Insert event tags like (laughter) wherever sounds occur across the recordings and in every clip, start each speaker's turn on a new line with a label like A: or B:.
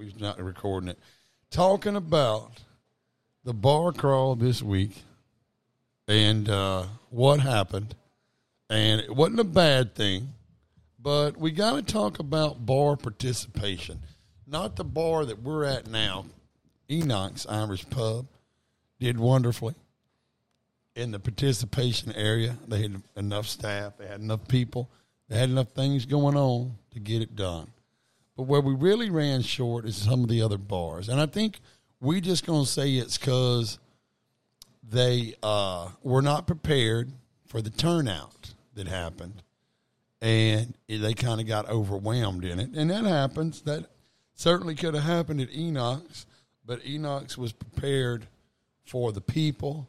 A: he's not recording it. Talking about the bar crawl this week and uh, what happened. And it wasn't a bad thing, but we got to talk about bar participation. Not the bar that we're at now. Enoch's Irish Pub did wonderfully in the participation area. They had enough staff, they had enough people, they had enough things going on to get it done. But where we really ran short is some of the other bars. And I think we just going to say it's because they uh, were not prepared for the turnout that happened. And it- they kind of got overwhelmed in it. And that happens. That certainly could have happened at Enoch's, but Enoch's was prepared for the people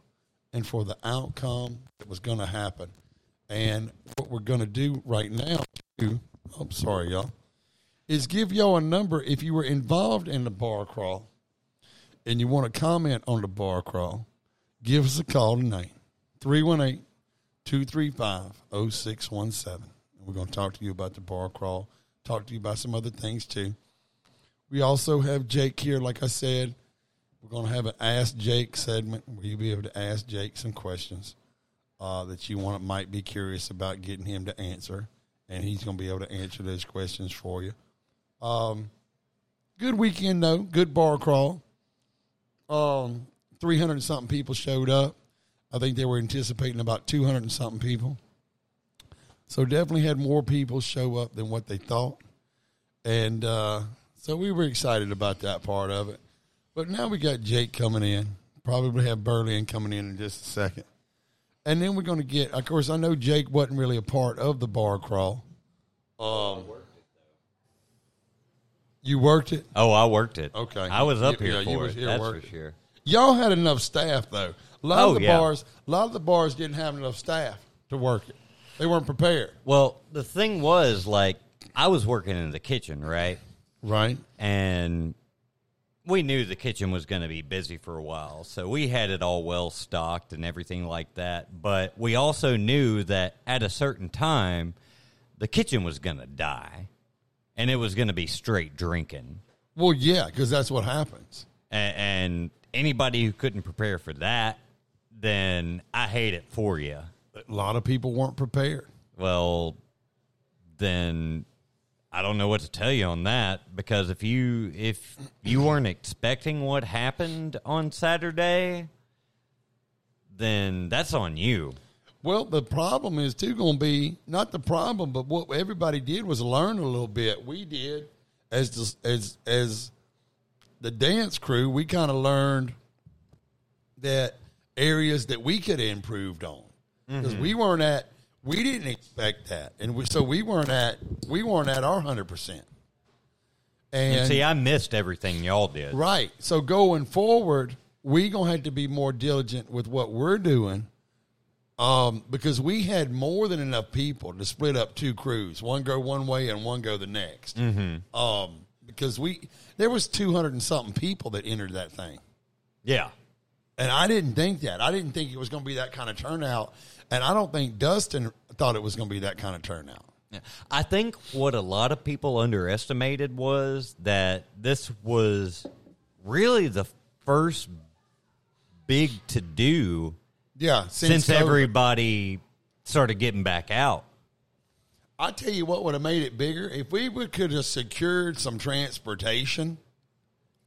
A: and for the outcome that was going to happen. And what we're going to do right now, too, I'm sorry, y'all, is give y'all a number if you were involved in the bar crawl and you want to comment on the bar crawl, give us a call tonight 318 235 0617. We're going to talk to you about the bar crawl, talk to you about some other things too. We also have Jake here, like I said. We're going to have an Ask Jake segment where you'll be able to ask Jake some questions uh, that you want might be curious about getting him to answer, and he's going to be able to answer those questions for you. Um, good weekend though, good bar crawl. Um, three hundred and something people showed up. I think they were anticipating about two hundred and something people. So definitely had more people show up than what they thought, and uh, so we were excited about that part of it. But now we got Jake coming in. Probably have Berlin coming in in just a second. And then we're going to get, of course, I know Jake wasn't really a part of the bar crawl. Um, you worked it?
B: Oh, I worked it.
A: Okay.
B: I was up
A: You-
B: here
A: yeah,
B: for
A: you was
B: it.
A: here
B: that's
A: working.
B: for sure.
A: Y'all had enough staff though. A lot
B: Oh,
A: of the
B: yeah.
A: bars, a lot of the bars didn't have enough staff to work it. They weren't prepared.
B: Well, the thing was, like, I was working in the kitchen, right?
A: Right.
B: And we knew the kitchen was going to be busy for a while, so we had it all well stocked and everything like that. But we also knew that at a certain time, the kitchen was going to die, and it was going to be straight drinking.
A: Well, yeah, because that's what happens.
B: and, and anybody who couldn't prepare for that, then I hate it for you.
A: A lot of people weren't prepared.
B: Well, then I don't know what to tell you on that because if you if you weren't expecting what happened on Saturday, then that's on you.
A: Well, the problem is too going to be not the problem, but what everybody did was learn a little bit. We did as the, as as the dance crew, we kind of learned that areas that we could have improved on
B: Mm-hmm.
A: because we weren't at we didn't expect that, and we, so we weren't at we weren't at our hundred percent.
B: And see, I missed everything y'all did.
A: Right. So going forward, we gonna have to be more diligent with what we're doing, um, because we had more than enough people to split up two crews. One go one way and one go the next. Mm-hmm. Um, because we there was two hundred and something people that entered that thing.
B: Yeah.
A: And I didn't think that. I didn't think it was going to be that kind of turnout. And I don't think Dustin thought it was going to be that kind of turnout.
B: I think what a lot of people underestimated was that this was really the first big to do
A: Yeah.
B: since,
A: COVID.
B: everybody started getting back out.
A: I tell you what would have made it bigger if we would could have secured some transportation.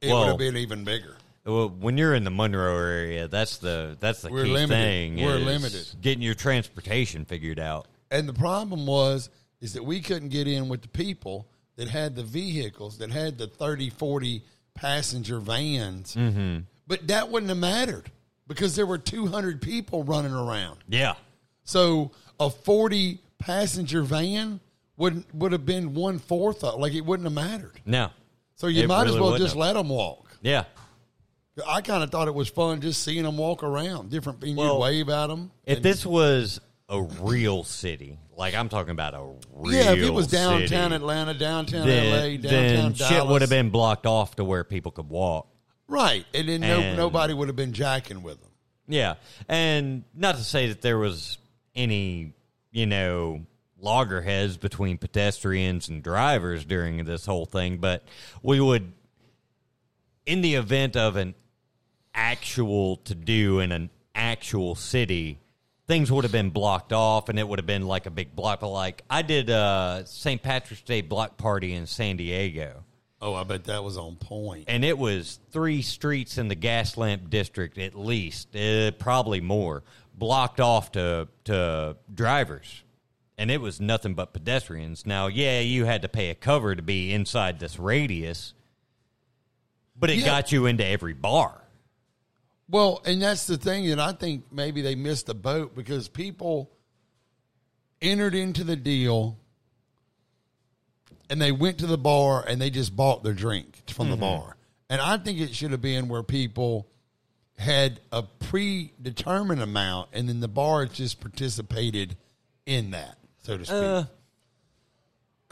A: It would
B: Well,
A: have been even bigger.
B: Well, When you're in the Monroe area, that's the that's the
A: We're
B: key
A: limited.
B: thing.
A: We're
B: is
A: limited.
B: Getting your transportation figured out.
A: And the problem was is that we couldn't get in with the people that had the vehicles that had the 30, 40 passenger vans. Mm-hmm. But that wouldn't have mattered because there were 200 people running around.
B: Yeah.
A: So a 40 passenger van would would have been one fourth of like it wouldn't have mattered.
B: No.
A: So you
B: It
A: might as
B: really
A: well
B: wouldn't
A: just
B: have.
A: let 'em let them walk.
B: Yeah.
A: I kind of thought it was fun just seeing them walk around, different people
B: Well,
A: wave at them.
B: If this was a real city, like I'm talking about a real
A: yeah, if it was downtown
B: city,
A: Atlanta, downtown LA,
B: then,
A: downtown
B: then
A: Dallas,
B: shit would have been blocked off to where people could walk.
A: right, and then no,
B: And-
A: nobody would have been jacking with them.
B: Yeah, and not to say that there was any, you know, loggerheads between pedestrians and drivers during this whole thing, but we would in the event of an actual to do in an actual city, things would have been blocked off and it would have been like a big block. But like I did a St. Patrick's Day block party in San Diego,
A: Oh, I bet that was on point.
B: and it was three streets in the gas lamp district at least, eh, probably more, blocked off to to drivers. And it was nothing but pedestrians. Now, yeah, you had to pay a cover to be inside this radius, but it
A: Yeah.
B: got you into every bar.
A: Well, and that's the thing that I think maybe they missed the boat because people entered into the deal and they went to the bar and they just bought their drink from the bar. And I think it should have been where people had a predetermined amount and then the bar just participated in that, so to speak.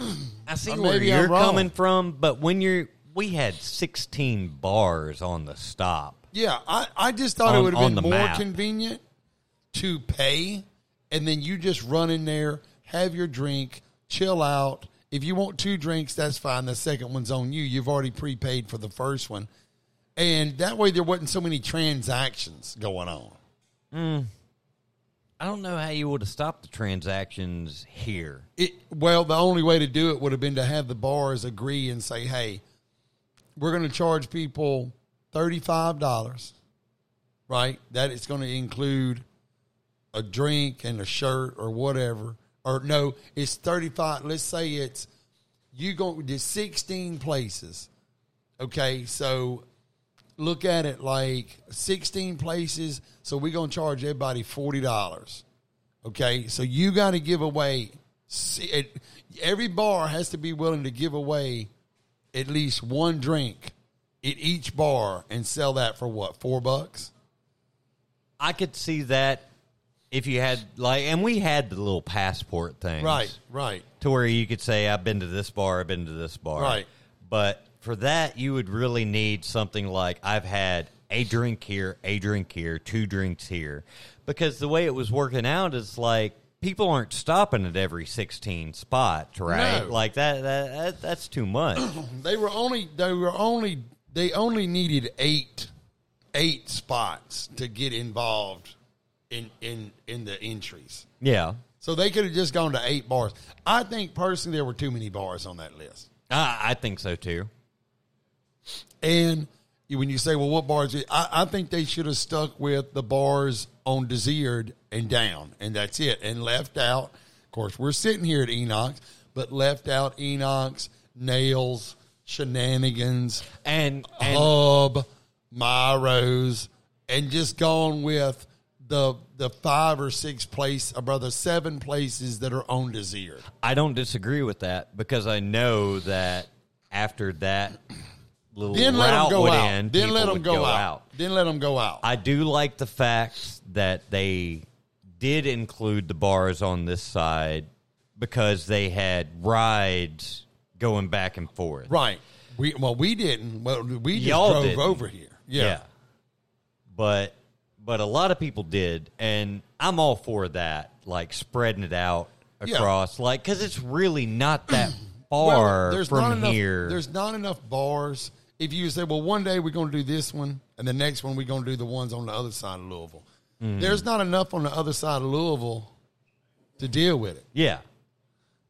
B: Uh, I see
A: Or
B: where
A: maybe I'm
B: you're
A: wrong.
B: coming from, but when you're, we had 16 bars on the stop.
A: Yeah, I, I just thought it
B: On-
A: would
B: on
A: have
B: the
A: been more
B: map.
A: convenient to pay and then you just run in there, have your drink, chill out. If you want two drinks, that's fine. The second one's on you. You've already prepaid for the first one. And that way there wasn't so many transactions going on.
B: I don't know how you would have stopped the transactions here.
A: It, well, the only way to do it would have been to have the bars agree and say, hey, we're going to charge people $35, right? That it's going to include a drink and a shirt or whatever. Or no, it's 35. Let's say it's, you go to 16 places. Okay, so look at it like 16 places. So we're going to charge everybody $40. Okay, so you got to give away. see, it- Every bar has to be willing to give away at least one drink at each bar and sell that for what four bucks?
B: I could see that if you had, like, and we had the little passport thing.
A: Right, right.
B: to where you could say I've been to this bar, I've been to this bar.
A: Right.
B: But for that, you would really need something like I've had a drink here, a drink here, two drinks here, because the way it was working out is like people aren't stopping at every sixteen spots, right?
A: No.
B: Like that, that, that that's
A: (coughs)
B: too much.
A: They were only they were only they only needed eight eight spots to get involved in in in the entries.
B: yeah.
A: So they could have just gone to eight bars. I think personally there were too many bars on that list.
B: I, I think so too.
A: And you- when you say, well, what bars? I, I think they should have stuck with the bars on Desired and down, and that's it, and left out. Of course, we're sitting here at Enox, but left out Enox, Nails, Shenanigans,
B: And, and
A: Hub, Myros, and just gone with the the five or six place, or rather seven places that are on Desired.
B: I don't disagree with that because I know that after that little
A: Then let them
B: route
A: go
B: would
A: out.
B: end,
A: then let
B: people
A: them
B: would
A: go, out.
B: out.
A: Then let them go out.
B: I do like the fact that they did include the bars on this side because they had rides going back and forth.
A: Right. We well, we didn't. Well, we just
B: Y'all
A: drove
B: didn't.
A: over here. Yeah.
B: But but a lot of people did and I'm all for that like spreading it out
A: Yeah.
B: across like cuz it's really not that
A: Well,
B: far
A: not
B: from
A: enough,
B: here.
A: There's not enough bars. If you say, well, one day we're going to do this one, and the next one we're going to do the ones on the other side of Louisville.
B: Mm.
A: There's not enough on the other side of Louisville to deal with it.
B: yeah.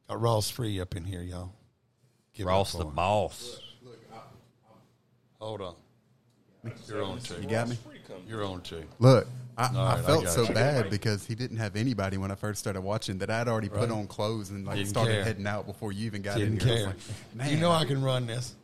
A: Got Ross free up in here, y'all. Give it up
B: Ross
A: for
B: the
A: him.
B: boss.
A: Hold on. You're on two.
C: You got me?
A: You're on two.
C: Look, I,
A: right, I
C: I felt
A: got
C: so
A: you.
C: bad because he didn't have anybody when I first started watching that I'd already put on clothes and like
A: Didn't
C: started
A: care.
C: heading out before you even got
A: Didn't
C: in here.
A: care.
C: I was like, man,
A: you know I can run this.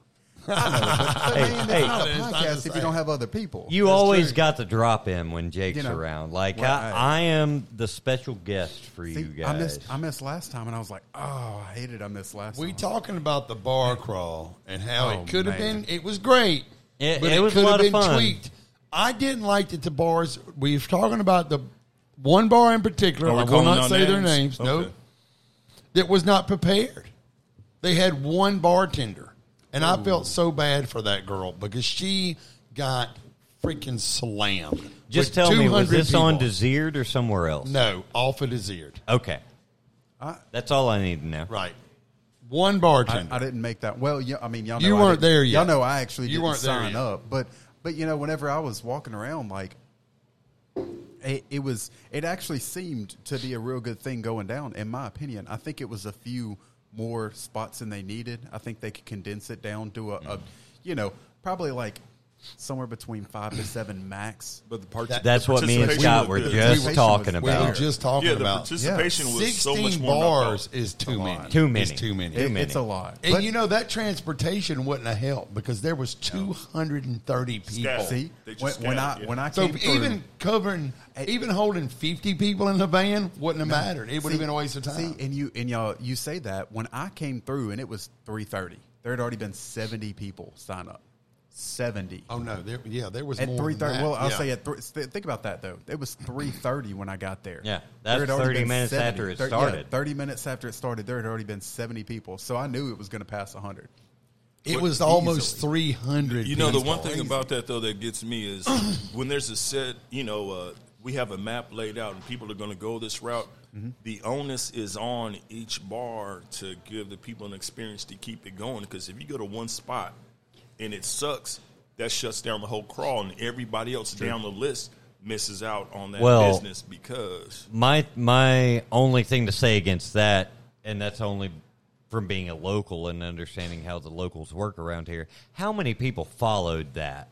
C: but,
B: Hey,
C: man,
B: hey.
C: it's not a
A: It's not
C: podcast
A: the
C: if you
A: same.
C: don't have other people.
B: You always
A: true.
B: got the drop in when Jake's
C: You know,
B: around. Like
C: right.
B: I, I am the special guest for
C: See,
B: you guys.
C: I missed, I missed last time, and I was like, oh, I hated I missed last
A: We
C: time.
A: talking about the bar crawl and how
C: Oh,
A: it could have
C: man.
A: been. It was great,
B: It- it was
A: could
B: a
A: have
B: lot of
A: been
B: fun.
A: I didn't like that the bars. We was talking about the one bar in particular.
D: Are we
A: I will
D: calling
A: not
D: out
A: say their names.
D: names?
A: No,
D: Okay.
A: that was not prepared. They had one bartender, and I felt so bad for that girl because she got freaking slammed.
B: Just
A: with
B: tell me,
A: 200
B: was this on
A: people.
B: Desired or somewhere else?
A: No, off of Desired.
B: Okay.
C: I-
B: That's all I need to know.
A: Right. One
C: I,
A: bartender.
C: I didn't make that. Well, yeah, I mean, y'all know
A: You
C: I
A: weren't
C: didn't-
A: there yet.
C: Y'all know I actually
A: You
C: didn't
A: weren't there
C: sign
A: yet.
C: up, but but you know, whenever I was walking around, like it, it was, it actually seemed to be a real good thing going down. In my opinion, I think it was a few more spots than they needed. I think they could condense it down to a,
A: Mm-hmm.
C: a you know, probably like somewhere between five to seven max.
D: But the part
B: That's what me and
D: participation
B: Scott
D: was
B: were
D: good.
B: just
C: was
B: talking
C: there.
A: we were
B: about.
A: just talking
D: yeah, the
A: about.
D: participation was so much
A: 16
D: more. than I thought.
A: bars is too many.
B: Too many.
A: Is too many.
C: It-
B: many.
C: It's a lot.
A: and
C: But-
A: you know that transportation wouldn't have helped because there was 230 people.
D: Scattered.
C: see,
D: They just
C: when, when I
D: scattered, yeah.
C: when I
A: So
C: came through-
A: even covering, even holding 50 people in the van wouldn't have mattered. It would have
C: See-
A: been a waste of time.
C: See, and you and y'all, you say that when I came through and it was three thirty. There had already been seventy people sign up. Seventy
A: oh no, there, yeah, there was
C: at
A: more
C: three
A: than
C: thirty.
A: that.
C: Well, I'll
A: Yeah.
C: say at three. th- Think about that though. It was three thirty when I got there.
B: Yeah, that's
C: There had already
B: 30
C: been
B: minutes after it
C: thir- yeah,
B: started.
C: thirty minutes after it started, there had already been seventy people. So I knew it was going to pass hundred.
A: it was almost 300.
D: You know, the
A: people.
D: one thing about that though that gets
A: (clears throat)
D: me is when there's a set. You know, uh, we have a map laid out, and people are going to go this route.
A: Mm-hmm.
D: The onus is on each bar to give the people an experience to keep it going. Because if you go to one spot and it sucks, that shuts down the whole crawl, and everybody else down the list misses out on that
B: Well-
D: business because
B: my my only thing to say against that, and that's only from being a local and understanding how the locals work around here. How many people followed that?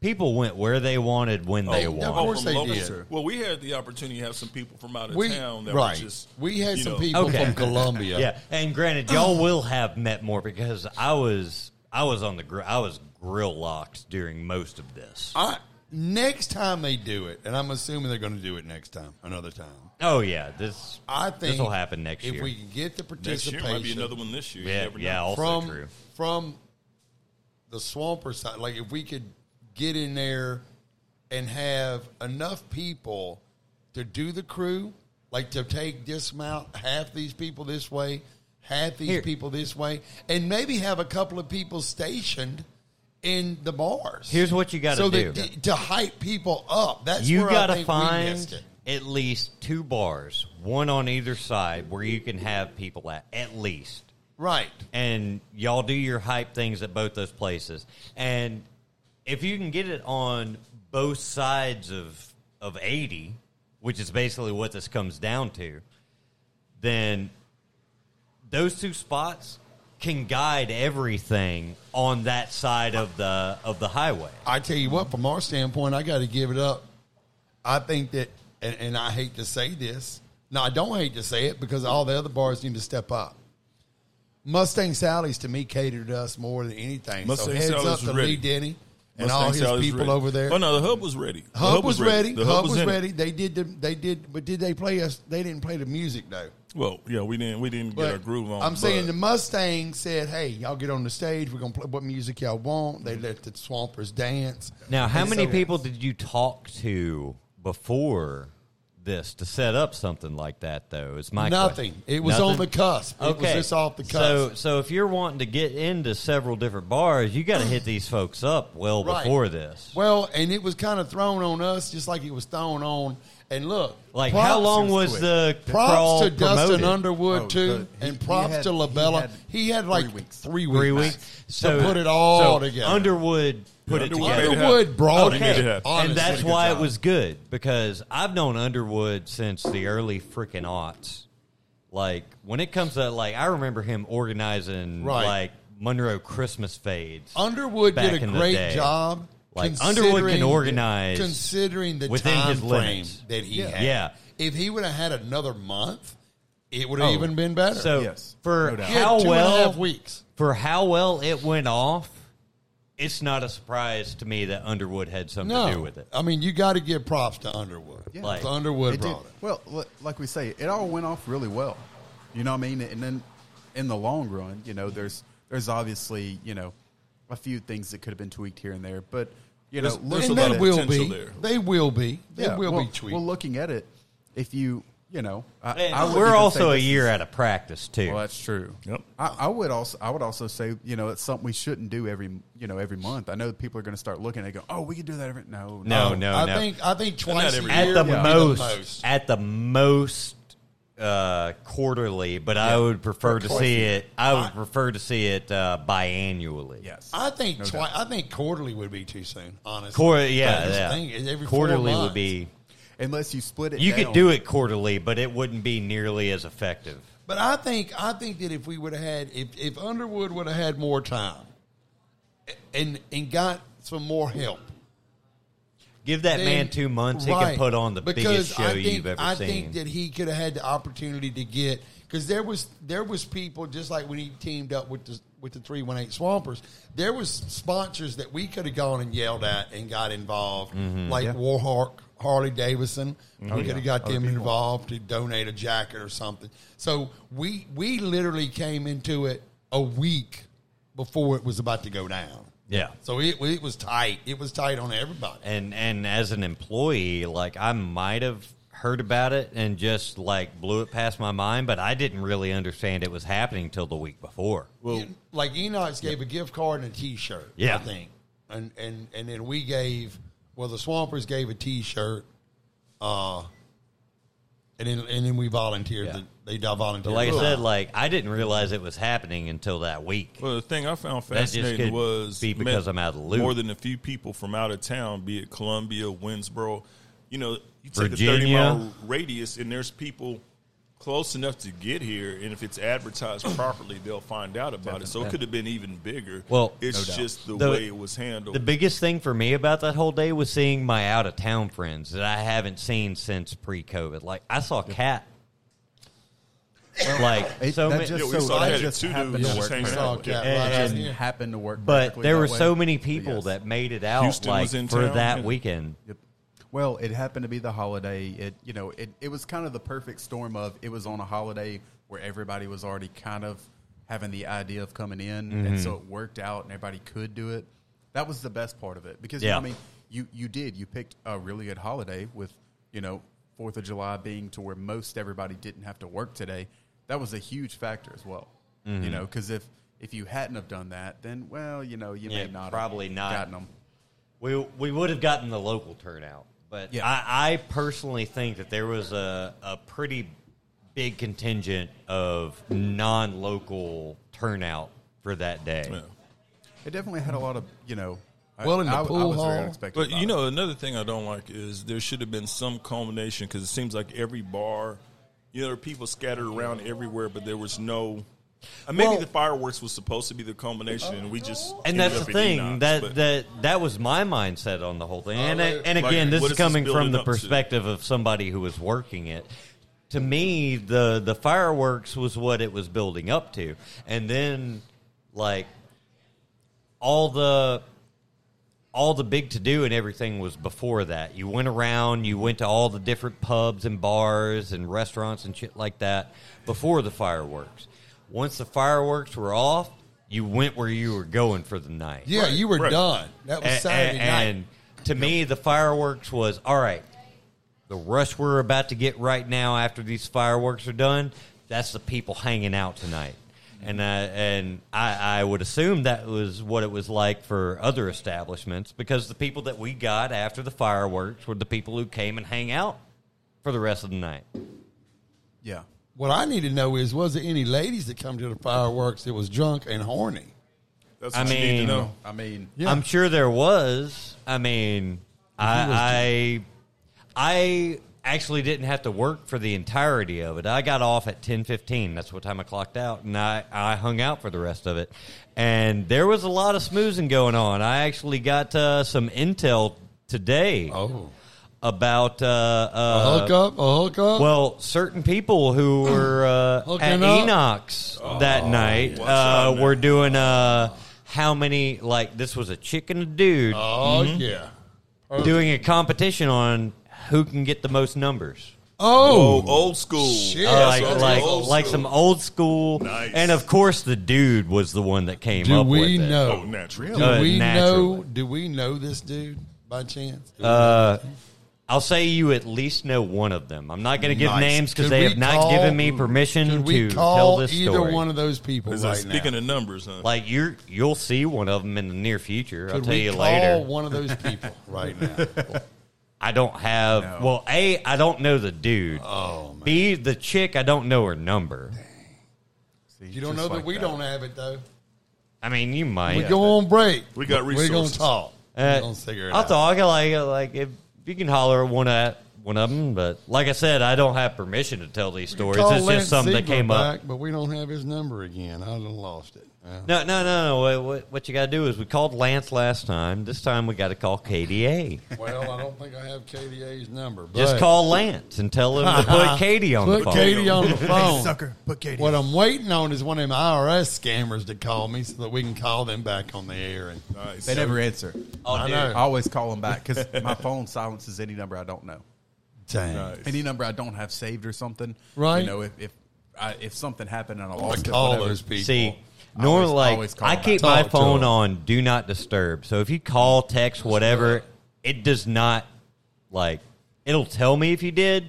B: People went where they wanted when they
D: Oh,
A: of
B: wanted.
A: course
D: from
A: they
D: locals-
A: did.
D: Well, we had the opportunity to have some people from out of
A: we
D: town that
A: right,
D: were just
A: we had
D: you
A: some
D: know,
A: people
B: Okay.
A: from Colombia.
B: Yeah, and granted, y'all will have met more because I was I was on the gr- I was grill locked during most of this.
A: I, next time they do it, and I'm assuming they're going to do it next time, another time.
B: Oh yeah, this
A: I think
B: this will happen next
A: if
B: year.
A: we can get the
D: Next
A: participation
D: year might be another one. This year, you
B: yeah,
D: never
B: yeah,
D: know.
B: also
A: from
B: true.
A: from the swamper side. Like if we could get in there and have enough people to do the crew, like to take dismount half these people this way, half these
B: Here.
A: people this way, and maybe have a couple of people stationed in the bars.
B: Here's what you got to
A: so
B: do.
A: that to hype people up. That's
B: you
A: where
B: got
A: I
B: to
A: think we missed
B: find
A: it.
B: at least two bars, one on either side, where you can have people at at least.
A: Right.
B: And y'all do your hype things at both those places. And if you can get it on both sides of of eighty, which is basically what this comes down to, then those two spots can guide everything on that side of the of the highway.
A: I tell you what, from our standpoint, I got to give it up. I think that, and, and I hate to say this. No, I don't hate to say it because all the other bars need to step up. Mustang Sally's to me catered to us more than anything. so
D: Mustang
A: heads
D: Sally's
A: up to
D: ready.
A: Lee Denny and
D: Mustang
A: all his
D: Sally's
A: people
D: ready.
A: over there.
D: Oh no, the hub was ready. The
A: Hub was ready.
D: The
A: Hub was
D: in it.
A: ready. They did. The, they did. But did they play us? They didn't play the music though.
D: Well, yeah, we didn't we didn't get
A: But
D: our groove on.
A: I'm saying the
D: but
A: Mustang said, "Hey, y'all get on the stage. We're gonna play what music y'all want." They let the Swampers dance.
B: Now, how
A: And
B: many
A: so-
B: people did you talk to before this to set up something like that? Though is my
A: Nothing.
B: question.
A: It was on the cusp. It was just off the
B: So,
A: cusp.
B: so if you're wanting to get into several different bars, you got to hit these folks up well
A: Right.
B: before this.
A: Well, and it was kind of thrown on us, just like it was thrown on. And look,
B: Like,
A: props-
B: how long was
C: quick.
B: the
A: Props
B: crawl
A: to Dustin
B: promoted?
A: Underwood
C: Oh,
A: too,
C: the- he-
A: and
C: he
A: props
C: had-
A: to
C: he
A: Labella.
C: had
A: He had,
C: three
A: like
C: weeks.
A: three weeks,
B: Three weeks.
A: So put it all
B: so
A: together.
B: Underwood put
D: Yeah, Underwood
B: it together.
D: made it
A: Underwood
D: happen.
A: brought
D: Okay.
A: it,
D: Made it happen.
A: honestly.
B: and that's
C: did a good
B: why it
C: job.
B: was good because I've known Underwood since the early freaking aughts. Like when it comes to like, I remember him organizing
A: Right.
B: like Monroe Christmas fades.
A: Underwood
B: back
A: did a
B: in the
A: great
B: day.
A: job.
B: Like, Underwood
A: considering-
B: can organize
A: considering the
B: within
A: time
B: his
A: frame
B: limits.
A: that he
C: Yeah.
A: had.
B: Yeah.
A: if he would have had another month, it would have even been better.
B: Oh. So
C: Yes,
B: for
C: no doubt.
A: He had
B: how
A: two and a
B: well
A: half weeks.
B: for how well it went off, it's not a surprise to me that Underwood had something
A: No, Oh,
B: to do with it.
A: I mean, you got to give props to Underwood.
C: Yeah.
B: Like-
A: So Underwood
C: It did.
A: brought it.
C: Well, li- like we say, it all went off really well. You know what I mean? And then in the long run, you know, there's there's obviously you know a few things that could have been tweaked here and there, but you know,
D: There's-
C: looking
D: a
A: and
D: lot
A: they
C: at it-
D: of
A: will
D: potential
A: be.
D: there.
A: They will be. They
C: yeah,
A: will
C: well,
A: be tweaked.
C: Well, looking at it, if you you know, I,
B: And
C: I would
B: Uh, we're
C: even
B: also
C: say
B: a
C: this
B: year
C: is-
B: out of practice too.
C: Well, that's true.
D: Yep.
C: I, I would also I would also say you know it's something we shouldn't do every you know every month. I know that people are going to start looking and go, oh, we can do that every no
B: No, no,
A: Oh, I
B: no.
A: think I think
D: not
A: twice a
D: every
A: year
D: year.
B: at the
A: would be
B: most,
A: most.
B: at the most uh, quarterly, but I would prefer to see it. I would prefer to see it uh, biannually.
C: Yes.
A: I think twi- I think quarterly would be too soon. Honestly,
B: Quarter,
A: But
B: yeah,
A: this
B: yeah.
A: thing is every four
B: quarterly would
A: months.
B: be.
C: Unless you split it
B: You
C: down.
B: could do it quarterly, but it wouldn't be nearly as effective.
A: But I think I think that if we would have had if, if Underwood would have had more time, and and got some more help,
B: Give that
A: then-
B: man two months; he
A: right.
B: can put on the
A: Because
B: biggest show
A: I think,
B: you've ever
A: I
B: seen.
A: think that he could have had the opportunity to get because there was there was people just like when he teamed up with the with the three one eight Swampers, there was sponsors that we could have gone and yelled at and got involved,
B: Mm-hmm.
A: like Warhawk. Harley Davidson, we could have got them involved to donate a jacket or something. So we we literally came into it a week before it was about to go down.
B: yeah,
A: So it, it was tight. It was tight on everybody.
B: and and as an employee, like I might have heard about it and just like blew it past my mind, but I didn't really understand it was happening till the week before.
A: Well, like Enox gave a gift card and a T-shirt.
B: Yeah.
A: I think, and and and then we gave. Well, the Swampers gave a T-shirt, uh, and then and then we volunteered.
B: Yeah.
A: The, they volunteered.
B: But like I
A: the
B: said,
A: time.
B: like I didn't realize it was happening until that week.
D: Well, the thing I found
B: That just
D: fascinating
B: could
D: was
B: be because I'm out of the loop.
D: More than a few people from out of town, be it Columbia, Winsboro, you know, you take a thirty
B: Virginia.
D: mile radius, and there's people close enough to get here, and if
B: (clears throat)
D: it's advertised properly, they'll find out about it. So it could have been even bigger.
B: Well,
D: it's
B: no doubt.
D: just the,
B: The-
D: way it was handled.
B: The biggest thing for me about that whole day was seeing my out of town friends that I haven't seen since pre COVID. Like I saw Cat. Like
C: It-
B: so
C: that
B: many,
D: Yeah,
C: just
D: we
C: so
D: saw
C: that
D: that at
C: just
D: two
C: happened
D: dudes
C: to
A: just
C: work
D: hanging
C: perfectly.
A: out with
C: Yeah,
A: it.
C: it just
B: And- and-
C: happened to work.
B: but
C: perfectly
B: there
C: that
B: were
C: way.
B: so many
C: But
B: people
C: yes.
B: that made it out
D: Houston
B: like
D: was in
B: for
D: town,
B: that
D: yeah.
B: weekend.
C: Yep. Well, it happened to be the holiday. It you know it, it was kind of the perfect storm of it was on a holiday where everybody was already kind of having the idea of coming in, and so
B: Mm-hmm.
C: it worked out, and everybody could do it. That was the best part of it because you know,
B: Yeah.
C: I mean you you did you picked a really good holiday with you know Fourth of July being to where most everybody didn't have to work today. That was a huge factor as well. You
B: Mm-hmm.
C: know because if if you hadn't have done that, then well you know you
B: Yeah,
C: may not
B: probably
C: have
B: not.
C: gotten them.
B: We we would have gotten the local turnout, but
C: Yeah.
B: I, I personally think that there was a, a pretty big contingent of non local turnout for that day.
D: Yeah.
C: It definitely had a lot of you know. I-
A: Well, in the
C: I, I
A: pool
C: was very
A: hall.
C: unexpected
D: But
C: about
D: you
C: it.
D: know, another thing I don't like is there should have been some culmination because it seems like every bar, you know, there are people scattered around everywhere, but there was no. Uh, maybe
B: Well-
D: the fireworks was supposed to be the culmination, and we just
B: and
D: ended
B: that's the
D: up at
B: thing
D: Enoch's,
B: that
D: but-
B: that that was my mindset on the whole thing. And
A: like-
B: and
D: like,
B: again, this
D: what
B: is
D: is this
B: coming from
D: building
B: the
D: up to?
B: perspective of somebody who was working it. To me, the the fireworks was what it was building up to, and then like all the all the big to do and everything was before that. You went around, you went to all the different pubs and bars and restaurants and shit like that before the fireworks. Once the fireworks were off, you went where you were going for the night.
A: yeah, you were
D: right.
A: done. That
B: A- a-
A: was
B: and,
A: Saturday night.
B: to me, the fireworks was all right. The rush we're about to get right now after these fireworks are done, that's the people hanging out tonight. And uh, and I, I would assume that was what it was like for other establishments because the people that we got after the fireworks were the people who came and hang out for the rest of the night.
C: yeah.
A: what I need to know is, was there any ladies that come to the fireworks that was drunk and horny?
D: that's
B: I
D: what you need to
B: mean-
D: know.
C: I mean,
A: Yeah.
B: I'm sure there was. I mean, I, I I actually didn't have to work for the entirety of it. I got off at 10:15. That's what time I clocked out, and I I hung out for the rest of it. And there was a lot of smoozing going on. I actually got uh, some intel today
A: Oh,
B: about uh,
A: a
B: uh,
A: hookup, a hookup.
B: well, certain people who were uh,
A: (clears throat) Hooking up.
B: at
A: Oh,
B: Enoch's that night
D: watch out
B: uh,
D: now.
B: were doing uh, how many, like, this was a chick and a dude
A: oh
B: mm-hmm.
A: yeah.
B: doing a competition on who can get the most numbers.
A: Oh,
D: Oh, old school.
A: Shit.
B: Uh,
A: Yeah,
B: like
A: so it's
B: like,
D: old
B: like
D: school.
B: some old school.
D: Nice.
B: And of course, the dude was the one that came
A: do
B: up with
A: we
B: it.
A: know?
D: Oh, natural.
A: Do
B: Uh,
A: we know?
B: naturally.
A: Do we know this dude by chance?
B: I'll say you at least know one of them. I'm not going to give
A: Nice.
B: names because
A: Could
B: they
A: we
B: have not
A: call-
B: given me permission
A: Could we
B: to
A: call
B: tell this
A: either
B: story.
A: one of those people
D: Is
A: right
D: it speaking
A: now?
D: of numbers, huh?
B: like you're, you'll see one of them in the near future. I'll
A: Could
B: tell
A: we
B: you
A: call
B: (laughs) later.
A: one of those people right now?
B: I don't have.
C: No.
B: Well, a I don't know the dude. Oh man. B the chick I don't know her number.
C: See,
A: You don't
C: just
A: know that
C: like
A: we
C: (laughs)
A: don't have it though.
B: I mean, you
A: We
B: might.
A: go on break.
D: We got
A: We're gonna
D: resources.
A: talk.
B: Uh,
A: We're gonna figure it
B: I
A: out.
B: thought I could like like if you can holler at one at one of them, but like I said, I don't have permission to tell these stories.
A: Call
B: It's
A: Lance
B: just something that
A: Siegler
B: came up.
A: back, but we don't have his number again. I done lost it. Uh, Yeah.
B: No, no, no, no. What- What, what you got to do is we called Lance last time. This time we got to
A: (laughs)
B: call KDA.
A: Well, I don't think I have KDA's number. But
B: Just call Lance and tell him to put Katie on the
A: Put
B: phone.
A: Katie on
B: (laughs)
A: the phone.
C: sucker, put Katie
A: What I'm waiting on is one of them IRS scammers to call me so that we can call them back on the air. And
D: Nice.
C: They never answer.
B: Oh,
A: I
B: dude.
A: know.
C: I always call them back because my phone silences any number I don't know,
A: Dang.
D: Nice.
C: any number I don't have saved or something.
A: Right.
C: You know, if if, I, if something happened and I
A: I
C: lost it,
A: call
C: whatever.
A: those people.
B: See,
C: I
B: normally,
C: always-
B: like,
C: always call
B: I
C: back.
B: keep
A: Talk
B: my
A: to
B: phone
A: them.
B: on do not disturb. So if you call, text, whatever, it does not, like, it'll tell me if you did,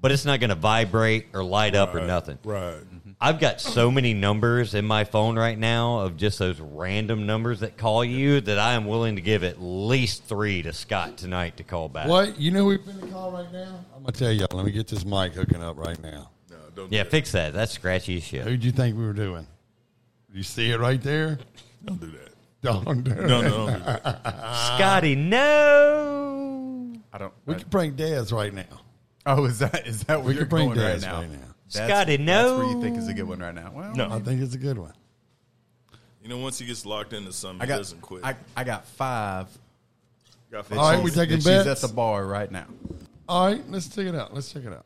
B: but it's not going to vibrate or light up or
D: Right,
B: nothing.
D: Right.
B: I've got so many numbers in my phone right now of just those random numbers that call you that I am willing to give at least three to Scott tonight to call back.
A: What? You know who we've been to call right now? I'm going to tell y'all. Let me get this mic hooking up right now.
D: No, don't.
B: Yeah,
D: do that.
B: fix that. That's scratchy as shit.
A: Who'd you think we were doing? You see it right there? (laughs)
D: Don't do that.
A: Don't do it.
D: No, no, don't do that.
B: Scotty, no.
C: I don't.
A: We
C: I-
A: could bring Dez right now.
C: (laughs) oh, is that is that where
A: We
C: you're
A: could bring
C: going right
A: Dez
C: now?
A: right now.
C: That's-
B: Scotty,
C: That's where
B: no.
C: you think is a good one right now. Well,
A: I
D: No.
A: think it's a good one.
D: You know, once he gets locked into something,
C: I got
D: he doesn't quit.
C: I, I got five.
D: got
C: that
A: All right,
C: she's-
A: we taking
C: that she's
A: bets?
C: at the bar right now.
A: All right, let's check it out. Let's check it out.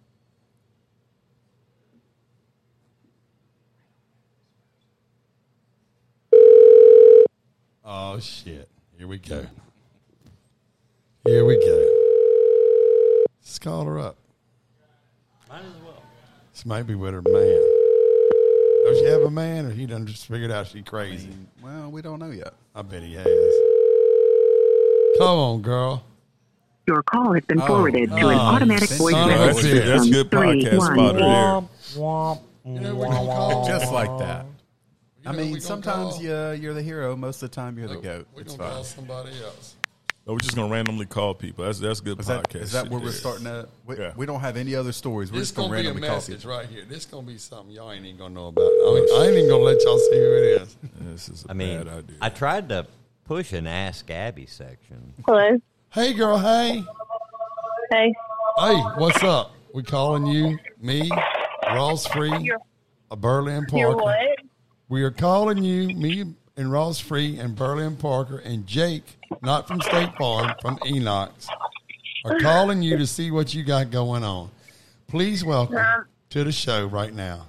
A: Oh shit! Here we go. Here we go. Let's call her up.
B: Might as well.
A: This might be with her man. Does she have a man, or he done just figured out she crazy?
C: Well, we don't know yet.
A: I bet he has. Come on, girl.
E: Your call has been
C: Oh,
E: forwarded to an
C: oh,
E: automatic
C: son
E: voice
A: of a
E: message
A: bitch.
E: system.
D: That's good podcast
E: Three, one,
D: fodder there.
A: You know we're gonna call.
C: Just like that.
A: You
C: I
A: know we
C: mean,
A: gonna
C: sometimes
A: call-
C: you, you're the hero. Most of the time, you're the goat.
A: We're
C: It's
A: gonna
C: fine.
A: call somebody else.
D: Oh, we're just gonna randomly call people. That's that's good
C: Is
D: podcast.
C: that, is that
D: shit
C: where we're
D: there.
C: starting to? We,
D: Yeah.
C: we don't have any other stories. We're
A: This
C: just gonna
A: gonna be a
C: randomly call
A: message
C: people.
A: right here. This gonna be something y'all ain't even gonna know about. I, mean, I ain't even gonna let y'all see who it is.
D: This is a
B: I mean,
D: bad idea.
B: I tried to push an Ask Abby section.
F: Hello.
A: Hey, girl. Hey.
F: Hey.
A: Hey, what's up? We calling you, me, Ross Free, a Burley and
F: You're what?
A: Parker. We are calling you, me and Ross Free and Burley and Parker and Jake, not from State Farm, from Enox, are calling you to see what you got going on. Please welcome to the show right now.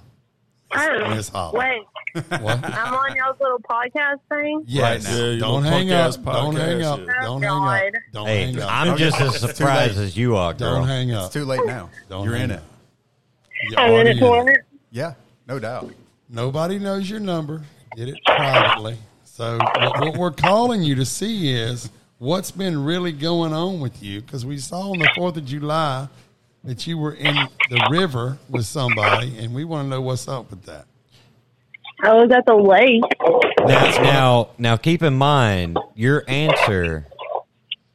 F: Oh,
A: Miss Holler.
F: wait.
A: What?
F: I'm on y'all's little podcast thing.
A: Yes.
D: now. Yeah, you
A: don't,
D: little
A: hang
D: punk-ass
A: up. don't hang
D: podcast,
A: up.
D: yeah.
A: Don't
F: Oh,
A: hang up.
F: God.
A: Don't
B: Hey,
A: hang up.
B: I'm just as surprised as you are, girl.
A: don't hang up.
F: (laughs)
C: It's too late now.
A: Don't
C: you're in
A: hang
C: it.
A: up.
F: I'm
A: You're
F: in
A: already
F: it for it.
C: Yeah, no doubt.
A: Nobody knows your number. Did it privately. So what, what we're calling you to see is what's been really going on with you because we saw on the Fourth of July that you were in the river with somebody, and we want to know what's up with that.
F: I was at the lake.
B: Now, now, now, keep in mind your answer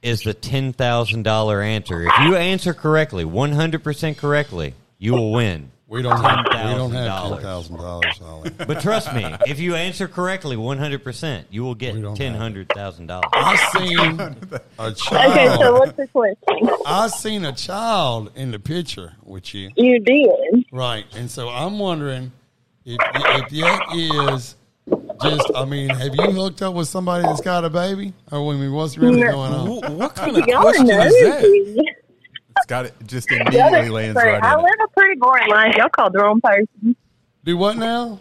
B: is the ten thousand dollar answer. If you answer correctly, one hundred percent correctly, you will win.
A: We don't have, we don't have ten
B: $10,000.
A: thousand dollars, Ollie.
B: But trust me, if you answer correctly, one hundred percent, you will get
A: We don't
B: ten
A: have
B: hundred thousand dollars.
A: I (laughs) seen a child.
F: Okay, so what's the question?
A: I seen a child in the picture with you.
F: You did.
A: Right. And so I'm wondering if, if that is just, I mean, have you hooked up with somebody that's got a baby? Or, I mean, what's really
F: No.
A: going on?
C: what kind of
F: Y'all are nosy.
C: It's got it. Just
F: Y'all
C: immediately
F: are-
C: lands
F: sorry,
C: right
F: I
C: in.
F: live
C: It.
F: a pretty boring life. Y'all called the wrong person.
A: Do what now?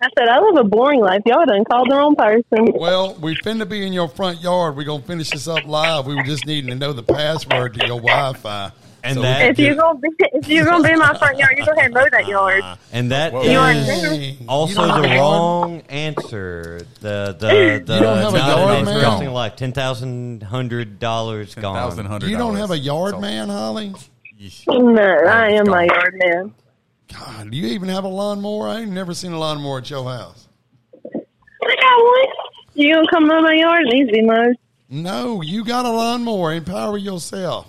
F: I said, I live a boring life. Y'all done called the wrong person.
A: Well, we finna be in your front yard. We're going to finish this up live. We were just needing to know the password to your Wi Fi.
B: And
A: So-
B: that,
F: If you're gonna be, if you're gonna be in my front yard, you go ahead and mow that yard.
B: and that
C: Whoa.
B: is
F: You are
B: also the wrong answer. The the the
A: You don't have a
B: not
A: yard
B: an
A: man?
B: interesting life. Ten thousand hundred dollars
C: Thousand
B: gone.
C: hundred.
A: You don't have a
C: dollars.
A: yard
C: That's
A: man, Holly?
C: all.
F: No, I am my yard man.
A: God, do you even have a lawnmower? I ain't never seen a lawnmower at your house.
F: I got one. You gonna come mow my yard? It needs to be mowed.
A: No, you got a lawnmower. Empower yourself.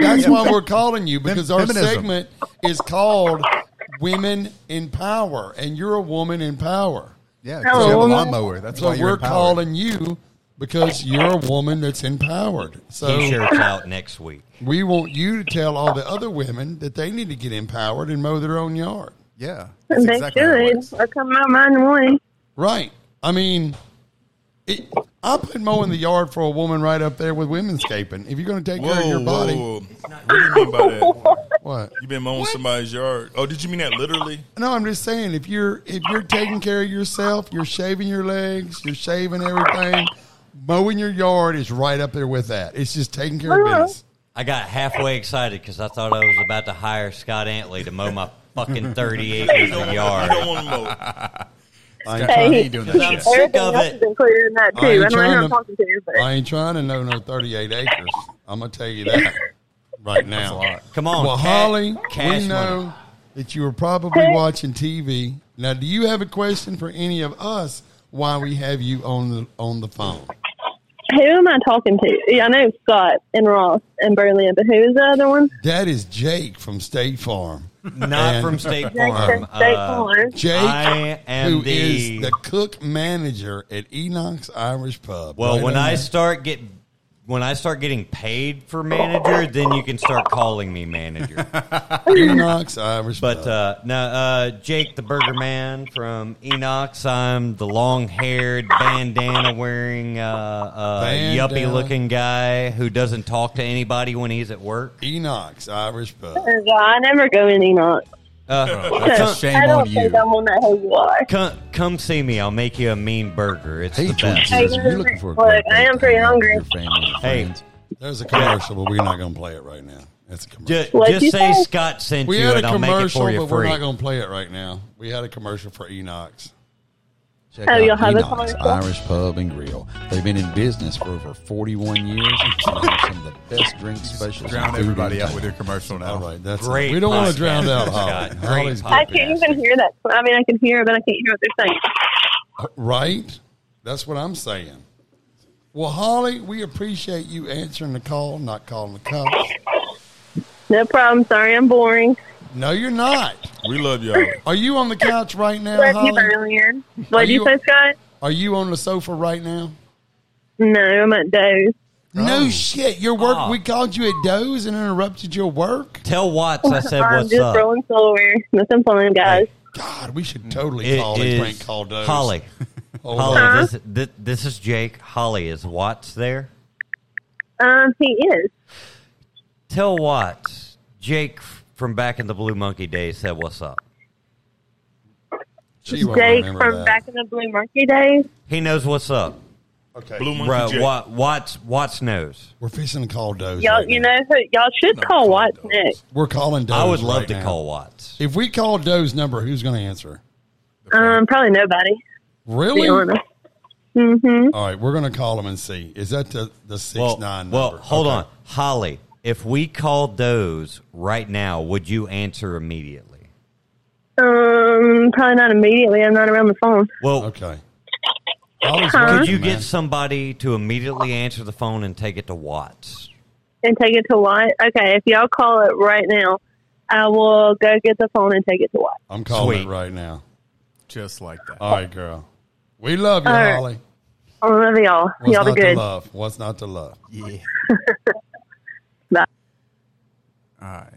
A: That's why we're calling you because our
C: Feminism.
A: segment is called Women in Power, and you're a woman in power.
C: Yeah, 'cause
F: Hello,
C: you have a
F: woman.
C: lawnmower. That's
A: so
C: why you're
A: we're
C: empowered.
A: calling you because you're a woman that's empowered. So
B: T-shirts out next week.
A: we want you to tell all the other women that they need to get empowered and mow their own yard.
C: Yeah, that's
F: They
C: exactly how it works.
F: should. I come out mine in the morning.
A: Right. I mean, it, I put mowing the yard for a woman right up there with womenscaping. If you're going to take care of your body,
B: (laughs)
D: whoa. What do you mean
E: (laughs)
D: by that?
A: what?
D: You've been mowing somebody's yard. Oh, did you mean that literally?
A: No, I'm just saying if you're if you're taking care of yourself, you're shaving your legs, you're shaving everything, mowing your yard is right up there with that. It's just taking care of
F: Hello.
A: business.
B: I got halfway excited because I thought I was about to hire Scott Antley to mow my fucking 30 acres of
D: You don't
B: yard.
D: want to mow.
C: Scott,
F: Hey.
C: I ain't doing that shit.
B: Sick of
F: Everything else
B: it.
F: is included in that
A: I ain't
F: too. I don't know
A: trying
F: who
A: to-
F: I'm talking to, but
A: I ain't trying to know no 38 acres. I'm gonna tell you that right now.
B: Come on,
A: well,
B: ca-
A: Holly,
B: cash
A: we know
B: money.
A: that you were probably watching TV. Now, do you have a question for any of us? Why we have you on the on the phone?
F: who am I talking to? Yeah, I know Scott and Ross and Berlin, but who's the other one?
A: That is Jake from State Farm.
B: Not
A: And-
B: from State
F: Jason
B: Farm.
F: State
B: Uh,
F: Farm.
A: Jake,
B: I am
A: who
B: the-
A: is the cook manager at Enoch's Irish Pub.
B: Well,
A: Right
B: when
A: on
B: I
A: there.
B: start get when I start getting paid for manager, then you can start calling me manager.
A: Enoch's Irish
B: But
A: Pub.
B: uh, no, uh, Jake the Burger Man from Enox. I'm the long-haired, bandana-wearing, uh, uh,
A: Bandana.
B: yuppie-looking guy who doesn't talk to anybody when he's at work.
A: Enoch's Enox Irish Pub.
F: Yeah, Uh, I never go in Enoch.
B: Uh,
C: That's a shame
F: I don't
C: on you.
F: think I'm on that who you are.
B: come, come see me. I'll make you a mean burger. It's the best.
F: Hey, Jesus, you're looking for a look, great I am date to pretty hang out with hungry. your
B: Hey,
A: There's a commercial, but we're not going to play it right now. That's a commercial.
B: ju-
F: What'd
B: just
F: you
B: say
F: say?
B: Scott sent
A: we
B: you,
A: had
B: and
A: a
B: I'll make it
A: commercial,
B: for you
A: but we're
B: free.
A: not going to play it right now. We had a commercial for Enoch's.
G: Check
F: Oh,
G: out
F: you'll have a
G: Enoch's
F: commercial?
G: Irish Pub and Grill. They've been in business for over 41 years and serve some of the best drink specials. and
C: Drown
G: food in
C: everybody out
G: town.
C: with your commercial now.
A: All right, that's it.
B: Oh, Great
A: We don't want
B: podcast,
A: to drown out
B: Scott.
A: Holly.
B: Great
A: Holly's
B: podcast.
F: I can't even hear that. I mean, I can hear, but I can't hear what they're saying.
A: right. That's what I'm saying. Well, Holly, we appreciate you answering the call, not calling the cops.
F: No problem. Sorry, I'm boring.
A: No, you're not.
D: We
E: (laughs)
D: love y'all.
A: Are you on the couch right now,
F: Love you,
A: Holly?
F: Berlin. What
A: Are
F: did
A: you-
F: you say, Scott?
A: Are you on the sofa right now?
F: No, I'm at Doe's.
A: No shit. Your work.
B: Ah.
A: We called you at Doe's and interrupted your work.
B: Tell Watts I said
F: I'm
B: what's
F: just
B: up.
F: rolling silver. Nothing fun, guys.
A: God, we should totally
B: It
A: call
B: is
A: and prank call Doe's. (laughs) Oh,
B: Holly.
A: Hold
B: Holly,
A: on.
B: this, this this is Jake. Holly, is Watts there?
F: Um, he is.
B: Tell Watts, Jake from back in the Blue Monkey days said, "What's up?"
A: She won't
F: Jake
A: remember
F: from
A: that.
F: back in the Blue Monkey days.
B: He knows what's up,
A: Okay.
D: Blue Monkey
B: bro.
D: Jake.
B: Wa- Watts, Watts knows.
A: We're fishing to call Doe's.
F: Y'all,
A: right
F: you
A: now.
F: know, who, y'all should call Watts
D: Doe's.
F: next.
A: We're calling Doe's.
B: I would love
A: right
B: to
A: now.
B: call Watts.
A: If we call Doe's number, who's going to answer?
F: Um, probably nobody. To
A: Really?
F: be
A: All
F: honest. Mm-hmm.
A: right, we're going to call him and see. Is that the the six
B: Well,
A: nine?
B: well,
A: number?
B: hold
A: Okay.
B: on, Holly. If we called those right now, would you answer immediately?
F: Um, probably not immediately. I'm not around the phone.
B: Well,
A: Okay. Holly's
F: Huh?
B: could
A: working,
B: you
A: man.
B: get somebody to immediately answer the phone and take it to Watts?
F: And take it to Watt. Okay, if y'all call it right now, I will go get the phone and take it to Watt.
A: I'm calling
B: Sweet.
A: it right now.
C: Just like that.
A: All right, girl. We love you,
F: All right.
A: Holly.
F: I love y'all.
A: What's
F: y'all be
A: not to
F: good.
A: love? What's not to love?
C: Yeah.
F: Bye.
C: All right.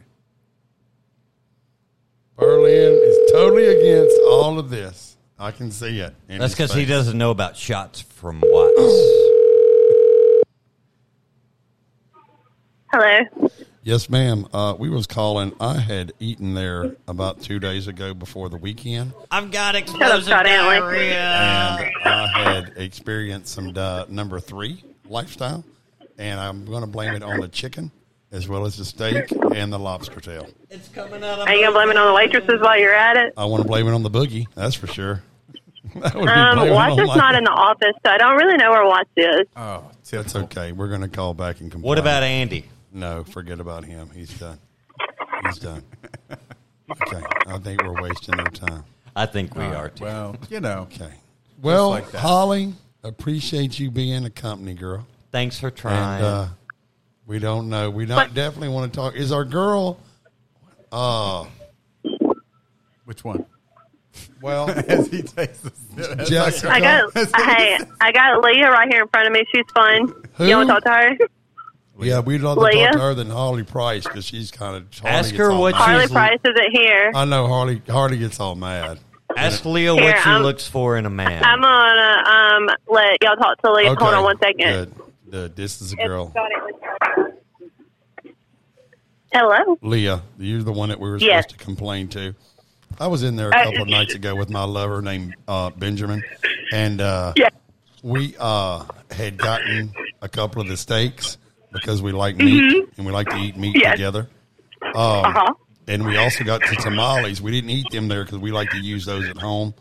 A: Berlin is totally against all of this. I can see it. in
B: That's
A: his
B: because he
A: face.
B: doesn't know about shots from
A: (clears throat)
B: Watts.
F: Hello.
A: Yes, ma'am. Uh, we was calling. I had eaten there about two days ago before the weekend,
B: I've got
F: up,
B: explosive
F: Scott Antley.
A: and I had experienced some di- number three lifestyle, and I'm going to blame it on the chicken as well as the steak and the lobster tail.
B: It's coming out of
F: Are you gonna blame it on the waitresses while you're at it?
A: I want to blame it on the boogie. That's for sure. (laughs) that would be
F: Um,
A: blaming
F: Watts
A: on
F: is
A: my-
F: not in the office, so I don't really know where Watts is.
C: Oh,
A: That's
C: typical.
A: okay. We're going to call back and complain.
B: What about Andy?
A: No, forget about him. He's done. He's done. (laughs) Okay, I think we're wasting our time.
B: I think we are too.
C: Well, you know.
A: Okay. Well,
C: like that.
A: Holly, appreciate you being a company girl.
B: Thanks for trying.
A: And uh, We don't know. We not definitely want to talk. Is our girl? Uh,
C: Which one?
A: (laughs) well,
C: (laughs) As he takes a sip.
A: Jessica. (laughs)
F: I got hey, I got Leah right here in front of me. She's fun. You want to talk to her?
A: Yeah, we'd rather talk
F: Leah?
A: to her than Harley Price because she's kind of
B: Ask her what
A: Mad.
F: Harley
B: She's-
F: Price isn't here.
A: I know Harley. Harley gets all mad.
B: Ask Leah
F: Here,
B: what she
F: I'm-
B: looks for in a man.
F: I'm gonna um let y'all talk to Leah. Hold on one second.
A: Good. Good. This is a girl,
F: Hello.
A: Leah. You're the one that we were
F: Yes.
A: supposed to complain to. I was in there a
F: Uh,
A: couple of nights ago with my lover named uh, Benjamin, and uh,
F: Yeah.
A: we uh, had gotten a couple of the steaks because we like meat and we like to eat meat
F: Mm-hmm. Yes.
A: together. Oh.
F: Uh huh.
A: and we also got the tamales. We didn't eat them there because we like to use those at home.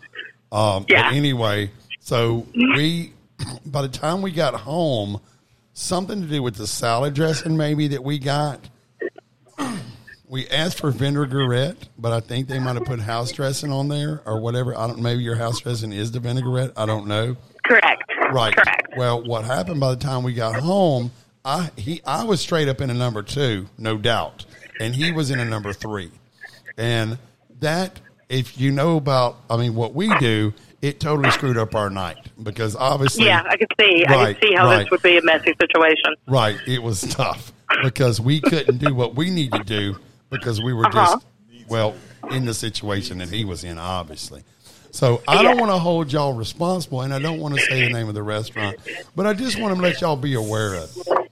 A: Um,
F: Yeah.
A: But anyway, so we, (clears throat) by the time we got home, something to do with the salad dressing maybe that we got. (clears throat) We asked for vinaigrette, but I think they might have put house dressing on there or whatever. I don't. Maybe your house dressing is the vinaigrette. I don't know.
F: Correct.
A: (laughs) Right.
F: Correct.
A: Well, what happened by the time we got home, I he I was straight up in a number two, no doubt, and he was in a number three, and that if you know about, I mean, what we do, it totally screwed up our night because obviously,
F: Yeah, I could see. I
A: Right,
F: could see how
A: right.
F: this would be a messy situation.
A: right, it was tough because we couldn't do what we need to do because we were
F: Uh-huh.
A: just well in the situation that he was in, obviously. So I don't
F: Yeah.
A: want to hold y'all responsible, and I don't want to say the name of the restaurant, but I just want to let y'all be aware of. it.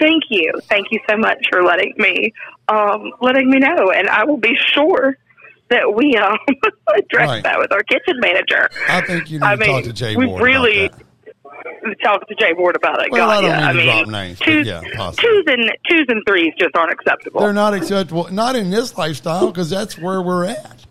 H: Thank you. Thank you so much for letting me um, letting me know, and I will be sure that we um, (laughs) address
A: Right.
H: that with our kitchen manager.
A: I think you need
H: I
A: to
H: mean,
A: talk to Jay
H: we
A: Ward.
H: really-
A: about that.
H: Talk to Jay Ward about it.
A: Well,
H: God,
A: I don't
H: yeah.
A: mean to
H: I mean,
A: drop names, but
H: Twos,
A: yeah, possibly.
H: twos and twos and threes just aren't acceptable,
A: They're not acceptable, not in this lifestyle, because that's where we're at.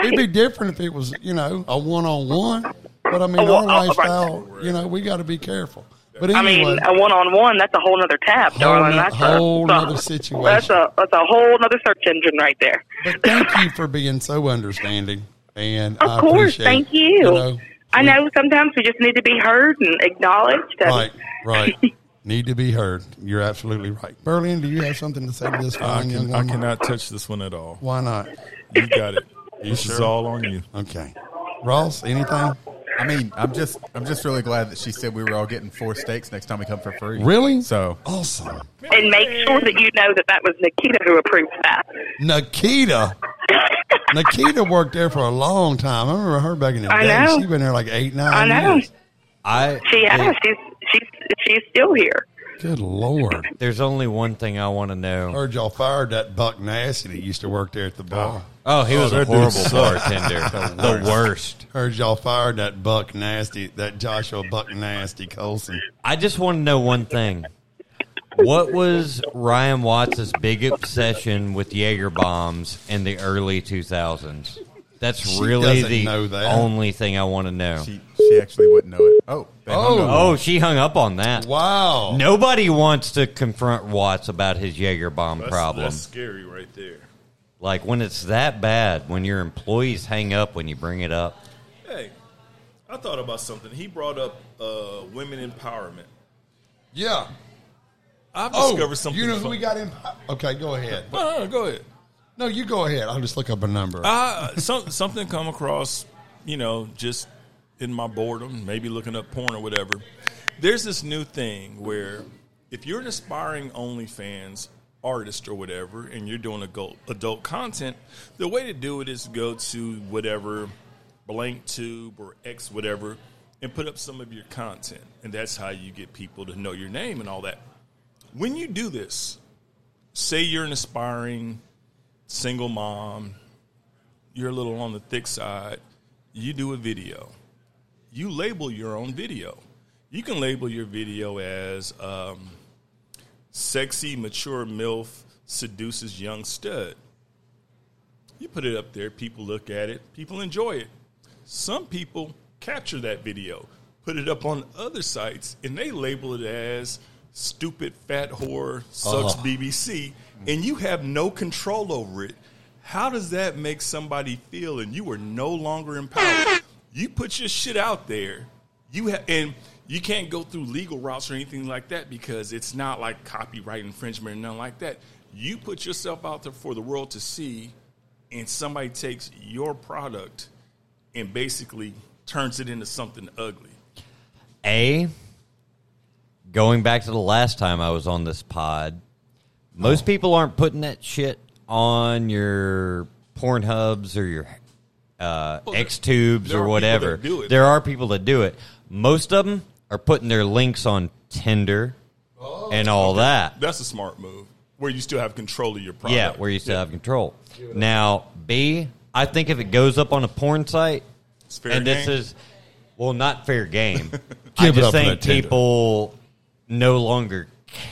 A: It'd be
H: right?
A: different if it was, you know, a one on one. But I mean,
H: Oh,
A: our
H: well, oh, right.
A: lifestyle, you know, we got to be careful. But
H: I
A: anyway,
H: mean, uh, a one-on-one, that's a whole nother tab, darling.
A: no-
H: That's
A: whole
H: a,
A: nother
H: that's a-
A: situation.
H: That's a, that's a whole nother search engine right there.
A: but thank you for being so understanding. And
H: Of
A: I
H: course,
A: appreciate,
H: thank you.
A: know,
H: I
A: we-
H: know sometimes we just need to be heard and acknowledged. and-
A: Right,
H: (laughs)
A: right. Need to be heard. You're absolutely right. Berlin, do you have something to say to this
D: I,
A: fine young
D: can, I
A: woman?
D: cannot touch this one at all.
A: Why not?
D: You got (laughs) it. This is all on you.
A: Okay. Ross, anything?
C: I mean, I'm just, I'm just really glad that she said we were all getting four steaks next time we come for free.
A: Really?
C: So
A: Awesome.
H: and make sure that you know that that was Nikita who approved that.
A: Nikita. Nikita worked there for a long time. I remember her back in the
H: I
A: day.
H: know.
A: She's been there like eight, nine
H: I know.
A: years.
B: I
H: She has.
B: there-
H: She's she's she's still here.
A: Good Lord.
B: there's only one thing I want to know.
A: Heard y'all fired that Buck Nasty that used to work there at the bar.
B: Oh, he was a
D: that dude
B: horrible
D: sucked.
B: bartender. the worst.
A: Heard y'all fired that Buck Nasty, that Joshua Buck Nasty Colson.
B: I just want to know one thing. What was Ryan Watts' big obsession with Jaeger bombs in the early 2000s? That's
A: She
B: really
A: doesn't
B: the
A: know that.
B: only thing I want to know.
C: she, she actually wouldn't know it. Oh, they hung
A: Oh.
C: up.
B: oh, she hung up on that.
A: Wow.
B: Nobody wants to confront Watts about his Jaeger bomb
D: That's,
B: problem.
D: That's scary right there.
B: Like when it's that bad, when your employees hang up when you bring it up.
D: Hey, I thought about something. He brought up uh, women empowerment.
A: Yeah.
D: I've
A: Oh,
D: discovered something.
A: you know who
D: fun-
A: we got in? Okay, go ahead.
D: No, no, no, Uh-huh, go ahead.
A: No, you go ahead. I'll just look up a number.
D: Uh, some, something come across, you know, just in my boredom, maybe looking up porn or whatever. There's this new thing where if you're an aspiring OnlyFans artist or whatever, and you're doing adult, adult content, the way to do it is go to whatever blank tube or X whatever and put up some of your content. And that's how you get people to know your name and all that. When you do this, say you're an aspiring single mom, you're a little on the thick side, you do a video. You label your own video. You can label your video as um, sexy, mature MILF seduces young stud. You put it up there, people look at it, people enjoy it. Some people capture that video, put it up on other sites, and they label it as stupid fat whore sucks BBC, and you have no control over it. How does that make somebody feel? And you are no longer empowered. You put your shit out there. You ha- and You can't go through legal routes or anything like that because it's not like copyright infringement or nothing like that. You put yourself out there for the world to see, and somebody takes your product and basically turns it into something ugly.
B: A, going back to the last time I was on this pod,
D: Oh.
B: most people aren't putting that shit on your porn hubs or your uh, X tubes
D: there
B: or
D: are people
B: whatever.
D: that do it.
B: There are people that do it. Most of them are putting their links on Tinder
D: Oh,
B: and all that.
D: That's a smart move where you still have control of your product.
B: Yeah, where you still have control. Now, B, I think if it goes up on a porn site,
D: It's fair
B: and this
D: game.
B: is well not fair
D: (laughs)
B: game.
A: Give
B: I
A: it
B: just
A: up for that
B: think
A: Tinder.
B: people no longer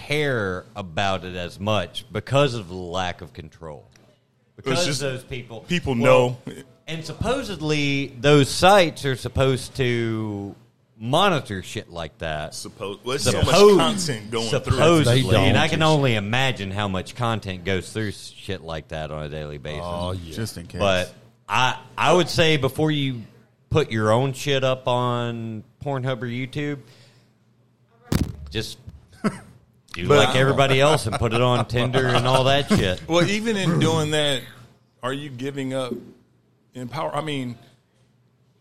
B: care about it as much because of the lack of control. Because
D: just
B: those people
D: people
B: well,
D: know.
B: and supposedly those sites are supposed to monitor shit like that.
D: Suppose well, there's so
B: Suppose-
D: much content going through.
B: supposedly,
A: They don't.
B: and I can only imagine how much content goes through shit like that on a daily basis.
A: Oh yeah.
C: Just in case.
B: But I I would say before you put your own shit up on Pornhub or YouTube, just do
D: But-
B: like everybody else and put it on Tinder and all that shit.
D: Well, even in doing that, are you giving up empower? I mean,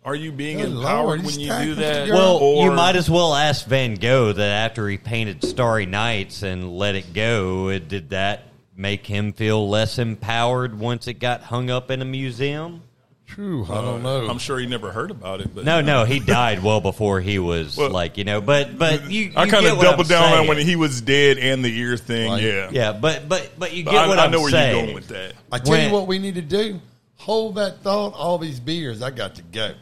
D: are you being
A: Good Lord,
D: empowered
A: he's
D: when you
A: talking
D: do
A: to
D: that?
A: the
B: Well, you
D: Or-
B: might as well ask Van Gogh that after he painted Starry Nights and Let It Go, it, did that make him feel less empowered once it got hung up in a museum?
A: True. I don't know.
D: I'm sure he never heard about it, but
B: No, no, he died well before he was
D: Well,
B: like you know. But but you,
D: I
B: you
D: kind
B: get
D: of
B: what I'm
D: doubled down on
B: saying.
D: when he was dead and the ear thing.
A: Like-
D: yeah,
B: Yeah, but but but you
D: But
B: get
D: I,
B: what
D: I
B: am
D: know where
B: saying.
D: you're going with that.
A: I tell
B: When-
A: you what we need to do. Hold that thought. All these beers. I got to go.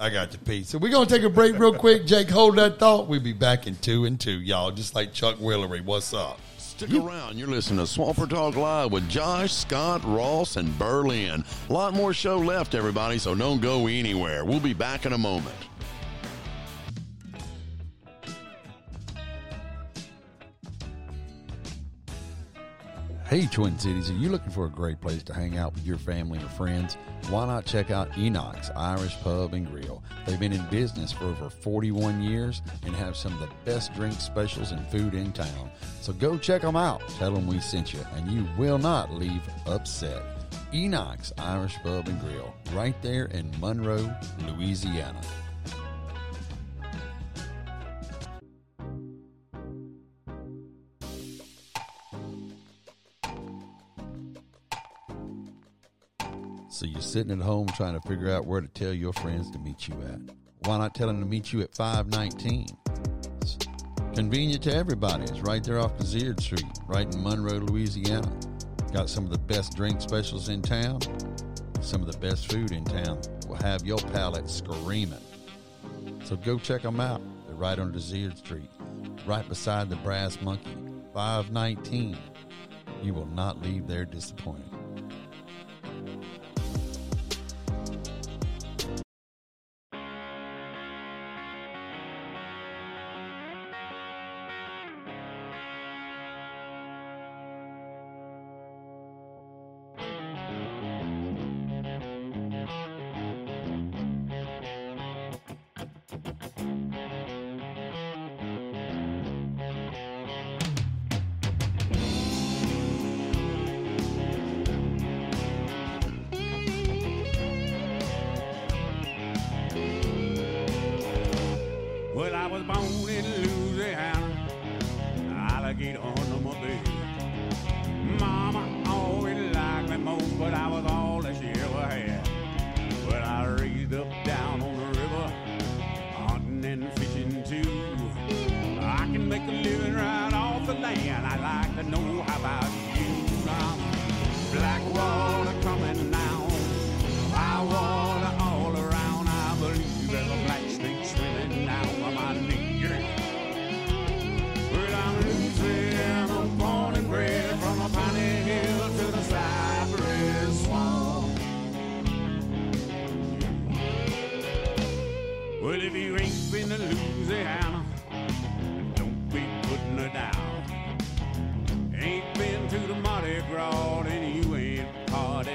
A: I got to pee. So we're gonna take a break real quick. Jake, hold that thought. We'll be back in two and two, y'all. Just like Chuck Willery. What's up?
I: Stick around. You're listening to Swamper Talk Live with Josh, Scott, Ross, and Berlin. A lot more show left, everybody, so don't go anywhere. We'll be back in a moment.
G: Hey, Twin Cities, are you looking for a great place to hang out with your family or friends? Why not check out Enoch's Irish Pub and Grill? They've been in business for over 41 years and have some of the best drink specials and food in town. So go check them out. Tell them we sent you, and you will not leave upset. Enoch's Irish Pub and Grill, right there in Monroe, Louisiana. So you're sitting at home trying to figure out where to tell your friends to meet you at. Why not tell them to meet you at 519? It's convenient to everybody. It's right there off Kazir Street, right in Monroe, Louisiana. Got some of the best drink specials in town, some of the best food in town. Will have your palate screaming. So go check them out. They're right on Desire Street, right beside the Brass Monkey, 519. You will not leave there disappointed.
J: Well, I was born in Louisiana, alligator under my bed. Mama always liked me most, but I was all that she ever had. Well, I raised up down on the river, hunting and fishing too. I can make a living right off the land. I'd like to know how about you now. Black water coming now, high water all around. I believe there's a black snake swimming down on my knee. Well, I'm Louisiana, born and bred from a piney hill to the cypress swamp. Well, if you ain't been to Louisiana, don't be putting her down. Ain't been to the Mardi Gras, and you ain't part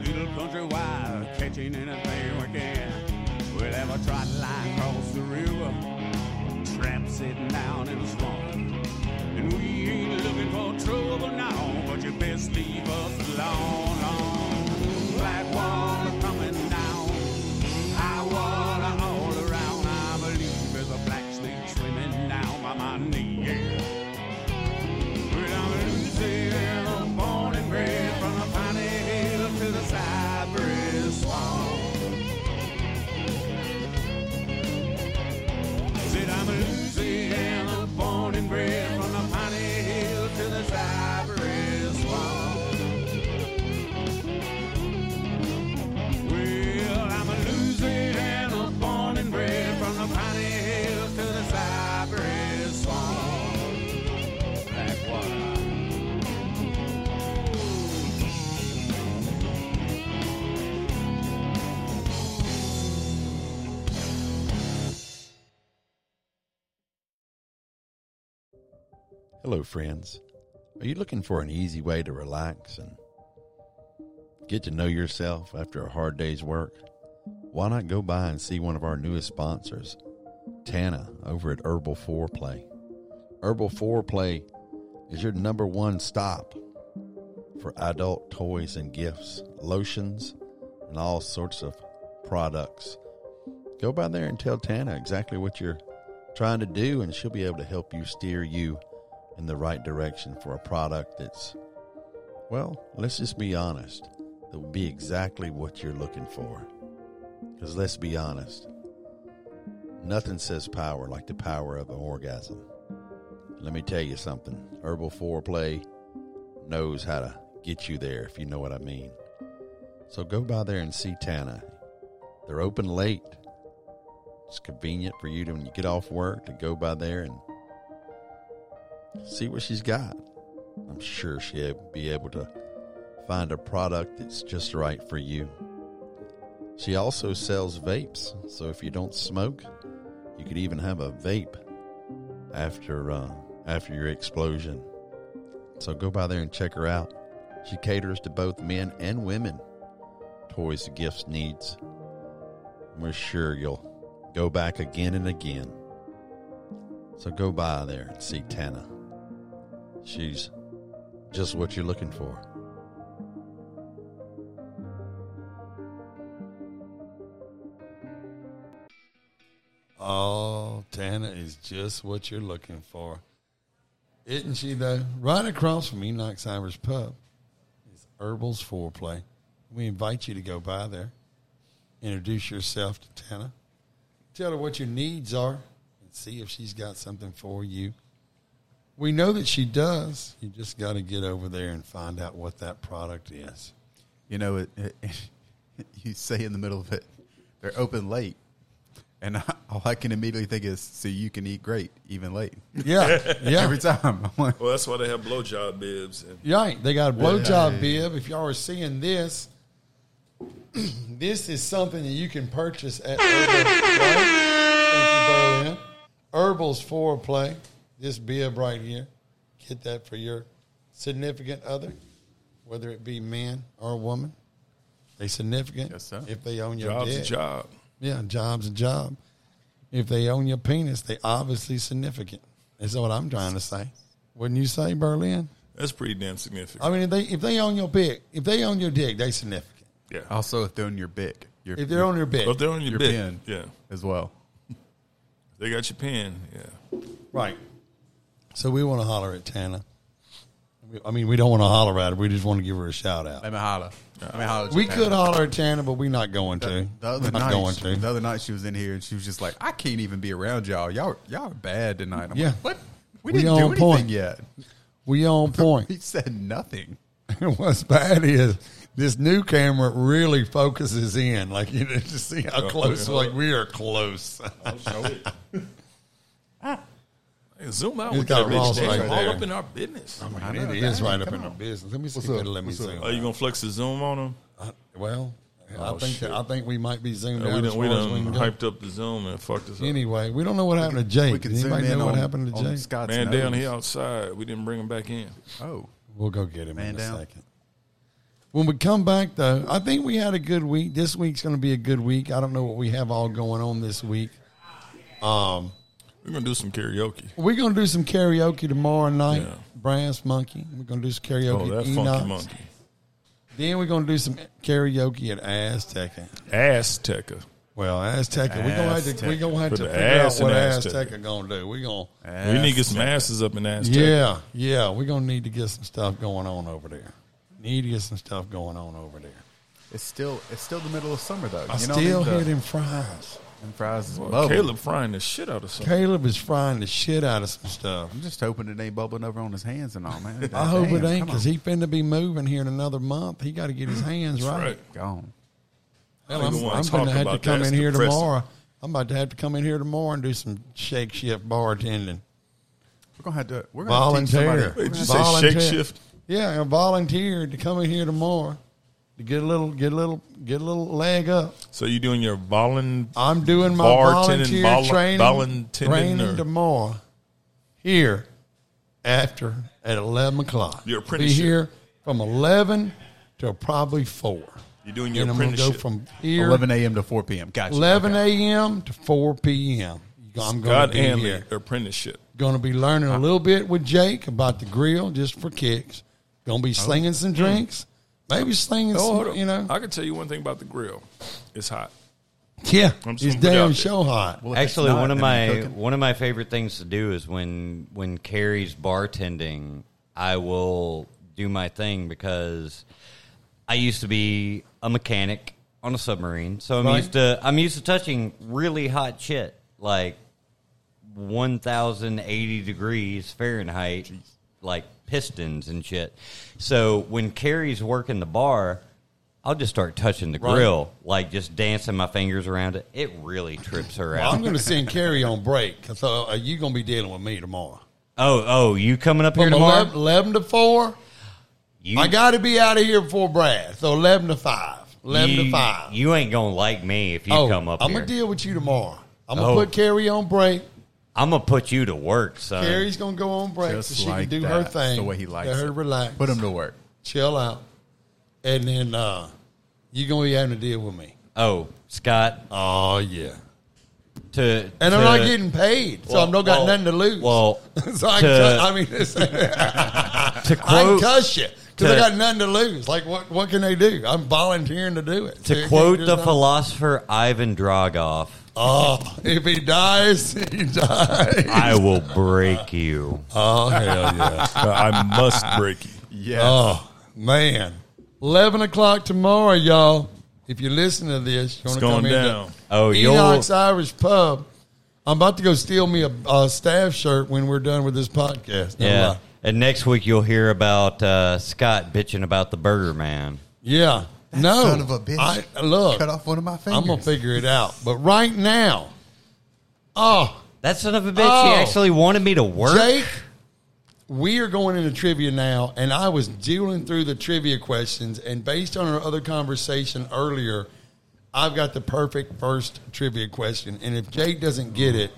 J: little country wild, catching anything we can. We'll have a trot line across the river, trap sitting down in the swamp. And we ain't looking for trouble now, but you best leave us alone. alone. Black water coming down, high water all around. I believe there's a black snake swimming down by my knee. Yeah. Well, I'm losing a morning bread from the Piney Hill to the Cypress Swamp. Said I'm losing a morning bread from the Piney Hill to the Cypress Swamp. Well, I'm losing a morning bread from the Piney Hill to the Cypress Swamp. Black water.
G: Hello, friends. Are you looking for an easy way to relax and get to know yourself after a hard day's work? Why not go by and see one of our newest sponsors, Tana, over at Herbal Foreplay? Herbal Foreplay is your number one stop for adult toys and gifts, lotions, and all sorts of products. Go by there and tell Tana exactly what you're trying to do, and she'll be able to help you steer you in the right direction for a product that's, well, let's just be honest, that will be exactly what you're looking for. Because let's be honest, nothing says power like the power of an orgasm. Let me tell you something Herbal Foreplay knows how to get you there, if you know what I mean. So go by there and see Tana. They're open late. It's convenient for you to, when you get off work, to go by there and see what she's got. I'm sure she'll be able to find a product that's just right for you. She also sells vapes, so if you don't smoke, you could even have a vape after uh, after your explosion. So go by there and check her out. She caters to both men and women. Toys, gifts, needs. We're sure you'll go back again and again. So go by there and see Tana. She's just what you're looking for.
A: Oh, Tana is just what you're looking for. Isn't she, though? Right across from Enoch Cybers Pub is Herbal's Foreplay. We invite you to go by there, introduce yourself to Tana, tell her what your needs are, and see if she's got something for you. We know that she does. You just got to get over there and find out what that product is.
C: You know, it, it, (laughs) you say in the middle of it, they're open late. And (laughs) I, all I can immediately think is, so you can eat great even late. (laughs)
A: Yeah, yeah.
C: Every time. (laughs) I'm like,
D: Well, that's why they have blowjob bibs. And
A: Right. They got a blowjob bib. If y'all are seeing this, (clears throat) this is something that you can purchase at Herbal. right? Thank you, Berlin. Herbal's Foreplay. This bib right here. Get that for your significant other, whether it be man or woman. They significant
C: Yes, sir.
A: if they own your
D: job's a
A: dick.
D: job.
A: Yeah, job's a job. If they own your penis, they obviously significant. Is what I'm trying to say. Wouldn't you say, Berlin?
D: That's pretty damn significant.
A: I mean, if they if they own your dick, if they own your dick, they significant.
D: yeah.
C: also, if they're on your big, your,
A: If they're on your
D: But if
A: dick,
D: they're on your,
C: your
D: bit,
C: pen
D: yeah.
C: as well.
D: They got your pen, yeah.
A: right. So we want to holler at Tana. We- I mean, we don't want to holler at her. We just want to give her a shout out.
C: Let me holler. Let me holler.
A: We could holler at Tana, but we're not going to.
C: The, the other
A: not
C: night,
A: going
C: she- the
A: to.
C: other night she was in here and she was just like, "I can't even be around y'all. Y'all, y'all are bad tonight." I'm
A: Yeah.
C: like, "What? We,
A: We
C: didn't do
A: on
C: anything
A: point.
C: yet."
A: We on
C: (laughs) He
A: point. (laughs)
C: said nothing.
A: What's bad is this new camera really focuses in, like you know, to see
D: Oh,
A: how close. Like we are close.
D: (laughs) Ah. Hey, zoom out
A: He's
D: with
A: got
D: that
A: a
D: bitch.
A: Ross
D: They
A: right
D: all
A: there. Oh
D: up in our business.
A: And it is right up in our business. Let me see. if it'll Let me zoom.
D: Are you gonna flex the zoom on them?
A: Well, I
D: Oh,
A: think that,
D: shit.
A: I think we might be zoomed
D: Uh,
A: out
D: we
A: as
D: done,
A: far
D: we
A: as we
D: done
A: can go.
D: hyped up the zoom and fucked us up.
A: Anyway, we don't know what happened to Jake.
C: We can
A: Does
C: zoom
A: anybody
C: in
A: know what
C: on-
A: happened to
C: on
A: Jake?
C: Scott's
D: Man down
C: nose.
D: here outside, we didn't bring him back in.
C: Oh,
A: We'll go get him
C: Man
A: in a
C: down.
A: second. When we come back, though, I think we had a good week. This week's going to be a good week. I don't know what we have all going on this week. Um,
D: we're gonna do some karaoke.
A: We're going to do some karaoke tomorrow night.
D: Yeah.
A: Brass Monkey. We're going to do some karaoke.
D: Oh,
A: at
D: that funky
A: Enoch's.
D: monkey,
A: Then we're going to do some karaoke at Azteca.
D: Azteca.
A: Well, Azteca. We're gonna have to. We're gonna have
D: Put
A: to
D: the
A: figure out
D: ass in
A: what
D: Azteca.
A: Azteca gonna do. We're gonna.
D: We need to get some asses up in Azteca.
A: Yeah, yeah. We're gonna need to get some stuff going on over there. Need to get some stuff going on over there.
C: It's still it's still the middle of summer though.
A: I
C: you know uh,
A: still
C: what I
A: hear
C: mean?
A: them fries.
C: Them fries is
D: Boy,
C: lovely.
D: Caleb frying the shit out of something.
A: Caleb is frying the shit out of some stuff.
C: I'm just hoping it ain't bubbling over on his hands and all, man.
A: (laughs) I hope it
C: Damn,
A: ain't
C: come
A: because he finna be moving here in another month. He got to get his hands
D: That's
A: right.
D: right.
C: on. gone.
A: Hell,
D: I don't
A: I'm,
D: even wanna
A: I'm
D: talk
A: gonna have to
D: about
A: come
D: that.
A: in
D: It's
A: here
D: depressing.
A: tomorrow. I'm about to have to come in here tomorrow and do some shake shift bartending.
C: We're gonna have to. We're gonna have to teach somebody.
A: volunteer.
D: Wait,
C: (laughs)
D: did you say
A: Volunteer.
D: shake shift?
A: Yeah, I volunteered to come in here tomorrow to get a little, get a little, get a little leg up.
D: So you doing your volun?
A: I'm doing my volunteer
D: Bartending, vol-
A: training,
D: volunteering, or-
A: training tomorrow here after at eleven o'clock.
D: Your
A: Be
D: apprenticeship.
A: here from eleven to probably four.
D: You doing your
A: and I'm gonna go
D: apprenticeship?
A: from here 11
C: 11 a.m. to 4 p.m. Gotcha. Okay.
A: a.m. to four p.m. I'm going
D: God
A: to be
D: and
A: here.
D: the apprenticeship.
A: Going to be learning a little bit with Jake about the grill, just for kicks. Going to be slinging some drinks, maybe slinging
D: Oh, hold
A: some,
D: on.
A: you know.
D: I can tell you one thing about the grill. It's hot.
A: yeah,
D: I'm
A: it's
D: just gonna put it out
A: damn
D: there.
A: show hot.
C: Well, if it's
B: Actually,
C: not,
B: one of
C: then
B: my
C: you're cooking.
B: one of my favorite things to do is when when Carrie's bartending, I will do my thing because I used to be a mechanic on a submarine, so I'm
A: Right.
B: used to I'm used to touching really hot shit like 1080 degrees Fahrenheit, like pistons and shit. So when Carrie's working the bar, I'll just start touching the
A: Right.
B: grill, like just dancing my fingers around it. It really trips
C: (laughs)
B: her
A: Well,
B: out.
A: I'm going to send Carrie on break, so uh, you're going to be dealing with me tomorrow.
B: Oh, oh, you coming up here
A: From
B: tomorrow?
A: 11, 11 to 4,
B: You,
A: I got to be out of here before Brad. So 11 to 5. 11
B: you,
A: to 5.
B: You ain't gonna like me if you
A: oh,
B: come up
A: I'm
B: here.
A: going to deal with you tomorrow. I'm going to
B: Oh.
A: put Carrie on break.
B: I'm gonna put you to work, son.
A: Carrie's going to go on break
C: Just
A: so she
C: like
A: can do
C: that.
A: her
C: That's
A: thing.
C: the way he likes
A: Let her
C: it.
A: relax.
C: Put him to work.
A: chill out. And then uh, you're going to be having to deal with me.
B: Oh, Scott,
A: Oh, yeah.
B: to
A: And
B: to,
A: I'm not getting paid, so
B: Well,
A: I've not got
B: well,
A: nothing to lose.
B: well,
A: (laughs) so I,
B: to-
A: can, I mean, (laughs) it's,
B: to
A: I can
B: quote
A: cuss you because I
B: to-
A: got nothing to lose. Like, what what can they do? I'm volunteering to do it.
B: to
A: They
B: quote
A: can't do
B: the
A: nothing.
B: philosopher Ivan Dragov,
A: Oh, if he dies, (laughs) he dies.
B: I will break you.
A: (laughs) oh hell yeah!
D: I must break you.
C: Yes.
A: Oh man, eleven o'clock tomorrow, y'all. If you listen to this, you want to
D: It's going
A: come in to
D: down.
B: Oh, you'll
A: Enoch's Irish Pub. I'm about to go steal me a, a staff shirt when we're done with this podcast. No
B: yeah.
A: lie.
B: And next week you'll hear about uh, Scott bitching about the Burger Man.
A: Yeah. no.
C: son of a bitch
A: I, look,
C: Cut off one of my fingers.
A: I'm going to figure it out. But right now, oh,
B: That son of a bitch,
A: Oh.
B: he actually wanted me to work.
A: Jake, we are going into trivia now. And I was dealing through the trivia questions. And based on our other conversation earlier, I've got the perfect first trivia question. And if Jake doesn't get it,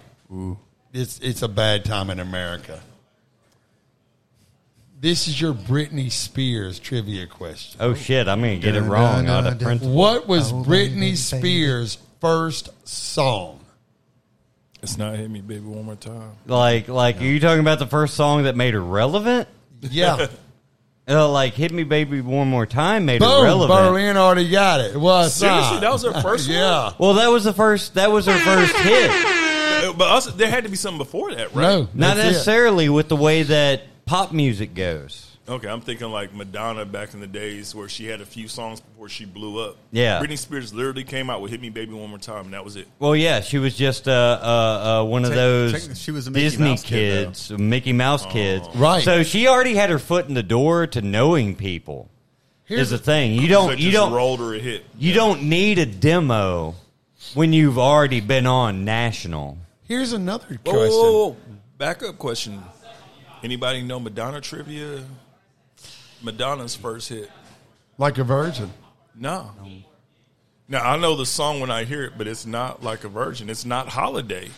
A: it's, it's a bad time in America. This is your Britney Spears trivia question.
B: oh shit, I'm gonna get it wrong
C: Dun,
B: on
C: dun,
B: a
C: dun.
B: print.
A: What was
C: Oh,
A: Britney
C: baby,
A: Spears' first song?
D: It's not hit me, baby, one more time.
B: Like, like, are you talking about the first song that made her relevant?
A: Yeah.
B: (laughs) Uh, like, hit me, baby, one more time made her
A: Boom.
B: relevant.
A: Berlin already got it. Well,
D: Seriously, that was her first
A: (laughs)
D: one?
A: Yeah.
B: Well, that was the first. That was her
A: (laughs)
B: first hit.
D: Uh, But also, there had to be something before that, right?
A: No.
B: Not
A: that's it.
B: necessarily with the way that pop music goes.
D: Okay, I'm thinking like Madonna back in the days where she had a few songs before she blew up.
B: Yeah.
D: Britney Spears literally came out with "Hit Me, Baby, One More Time," and that was it.
B: Well, yeah, she was just uh, uh, uh, one of
C: Tec-
B: those
C: technically, she was a Mickey
B: Disney
C: Mouse kid, though. Oh.
B: kids, Mickey Mouse kids.
A: Right.
B: So she already had her foot in the door to knowing people.
A: Here's
B: is the thing you
D: So it
B: don't you
D: just
B: don't
D: rolled her a hit.
B: you don't need a demo when you've already been on national.
A: Here's another question.
D: Whoa, whoa, whoa, whoa. Back up question. Anybody know Madonna trivia? Madonna's first hit.
A: Like a virgin.
D: No. Now I know the song when I hear it, but it's not like a virgin. It's not holiday.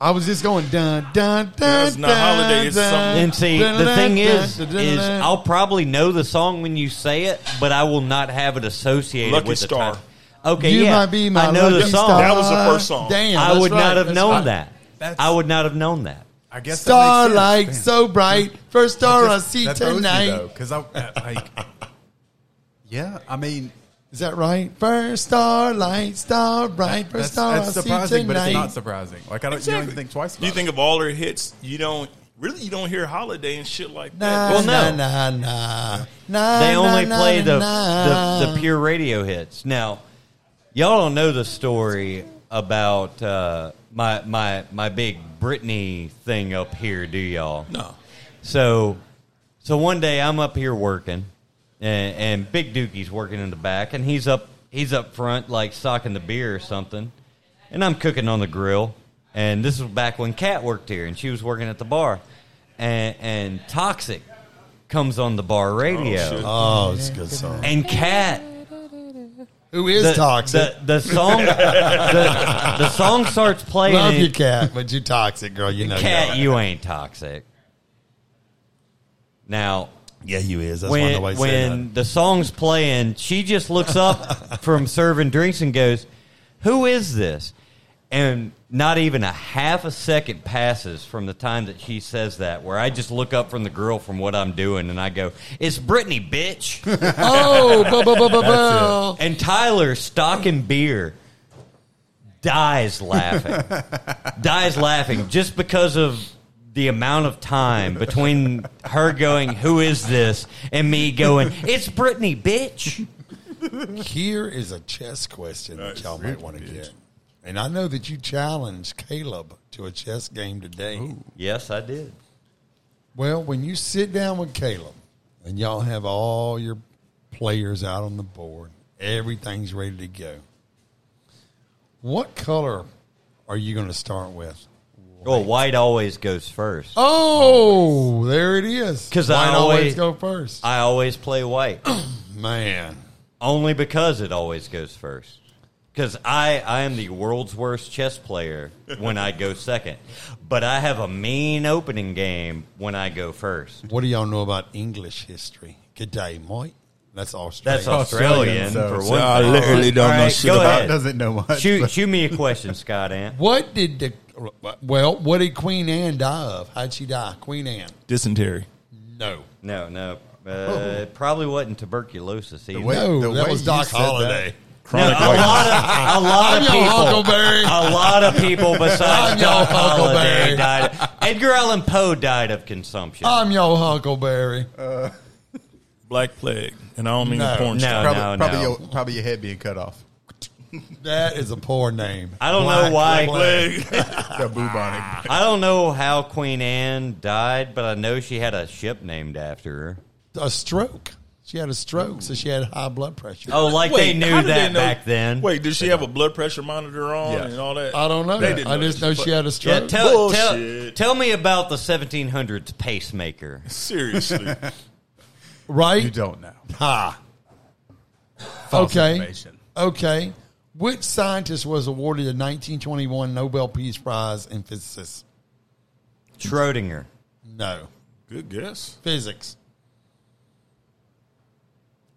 A: I was just going dun dun dun.
D: it's not holiday, it's something.
B: And see, the thing is, is I'll probably know the song when you say it, but I will not have it associated
D: Lucky
B: with the
D: Star.
B: time. Okay,
A: You
B: yeah,
A: might be my
B: I know the
A: lucky
B: song.
A: star.
D: That was the first song.
A: Damn,
B: I
A: that's
B: would
A: right,
B: not have
A: that's
B: known
A: right.
B: that.
C: That's-
B: I would not have known that.
C: I guess that
A: Starlight
C: makes sense.
A: so bright, first star I
C: Just-
A: see
C: that throws me, though,
A: tonight.
C: 'cause I like. (laughs) yeah, I mean,
A: Is that right? First starlight, star bright,
C: that's,
A: first star I
C: that's
A: see
C: surprising, but it's
A: tonight.
C: not surprising. Like I don't, you don't even think twice about
D: You think of all her hits, you don't really you don't hear holiday and shit like
A: Nah,
D: that.
B: Well, no.
A: nah, nah, nah.
B: They only
A: nah,
B: play
A: nah,
B: the,
A: nah.
B: the the pure radio hits. Now, y'all don't know the story about uh, my my my big Britney thing up here, do y'all?
D: No.
B: So, so one day I'm up here working, and, and Big Dookie's working in the back, and he's up he's up front like stocking the beer or something, and I'm cooking on the grill, and this was back when Kat worked here, and she was working at the bar, and and Toxic comes on the bar radio,
A: Oh, it's a good song.
B: and Kat
A: Who is
B: the,
A: toxic?
B: the
A: (laughs)
B: the song the, the song starts playing.
A: Love
B: and-
A: you, cat, but you toxic, girl. You know,
B: Cat,
A: you.
B: you ain't toxic. Now
A: Yeah, you is. That's why
B: when,
A: nobody said that.
B: when the song's playing, she just looks
A: (laughs)
B: up from serving drinks and goes, Who is this? And not even a half a second passes from the time that she says that, where I just look up from the girl from what I'm doing and I go, It's
A: (laughs)
B: Brittany, bitch.
A: Oh, bu- bu- bu- bu- bu.
B: and Tyler, stocking beer, dies laughing. dies laughing just because of the amount of time between her going, Who is this? and me going, It's Brittany, bitch.
A: Here is a chess question that y'all might want to get. And I know that you challenged Caleb to a chess game today.
B: Yes, I did.
A: Well, when you sit down with Caleb and y'all have all your players out on the board, everything's ready to go. What color are you going to start with?
B: Well, white always goes first.
A: Oh, there it is.
B: 'Cause
A: Why'd
B: I always-
A: go first.
B: I always play white (clears throat)
A: Man,
B: only because it always goes first. Because I, I am the world's worst chess player when I go second, but I have a mean opening game when I go first.
A: what do y'all know about English history? Good day, Mike. That's Australia.
B: That's Australian,
C: Australian, so-
B: for one.
C: so
D: uh, I
B: thing.
D: literally don't
B: All
D: know
B: right,
D: shit
B: go
D: about
B: ahead.
C: it. Doesn't know much.
B: Shoot, shoot me a question, Scott Ant.
A: What did the well? What did Queen Anne die of? How'd she die? Queen Anne.
D: Dysentery.
A: No,
B: No, no. Uh, it probably wasn't tuberculosis either.
C: way-
A: no,
C: Oh. the
A: that
C: way
A: was
C: you
A: Doc
C: said
A: Holliday.
B: No, a lot of, a
A: I'm
B: lot of
D: (laughs)
A: your
B: people.
A: Huckleberry.
B: A lot of people besides
A: I'm your
B: Doc
A: Huckleberry.
B: Holliday died. Edgar Allan Poe died of consumption.
A: (laughs)
C: Oh,
A: I'm your Huckleberry.
D: Black plague. And I don't mean
A: No.
D: the
B: No.
D: porn star.
C: probably,
B: no,
C: probably,
B: no.
C: Your, probably your head being cut off.
A: That is a poor name.
B: I don't know why.
D: Plague.
C: The bubonic.
B: I don't know how Queen Anne died, but I know she had a ship named after her.
A: A stroke. She had a stroke, so she had high blood pressure.
B: Oh, like they
D: Wait, how
B: knew
D: did they
B: that
D: know-
B: back then.
D: Wait, did she have a blood pressure monitor on
C: Yeah.
D: and all that?
A: I don't know.
D: They didn't
A: I just know
D: that
A: she had a
B: Yeah,
A: stroke.
B: tell, tell,
D: Bullshit.
B: tell me about the 1700s pacemaker.
A: (laughs)
D: Seriously.
A: right?
C: You don't know.
A: Ha.
C: False
A: okay.
C: information.
A: Okay. Which scientist was awarded the 1921 Nobel Peace Prize in physics?
B: Schrodinger.
A: No.
D: Good guess.
A: Physics.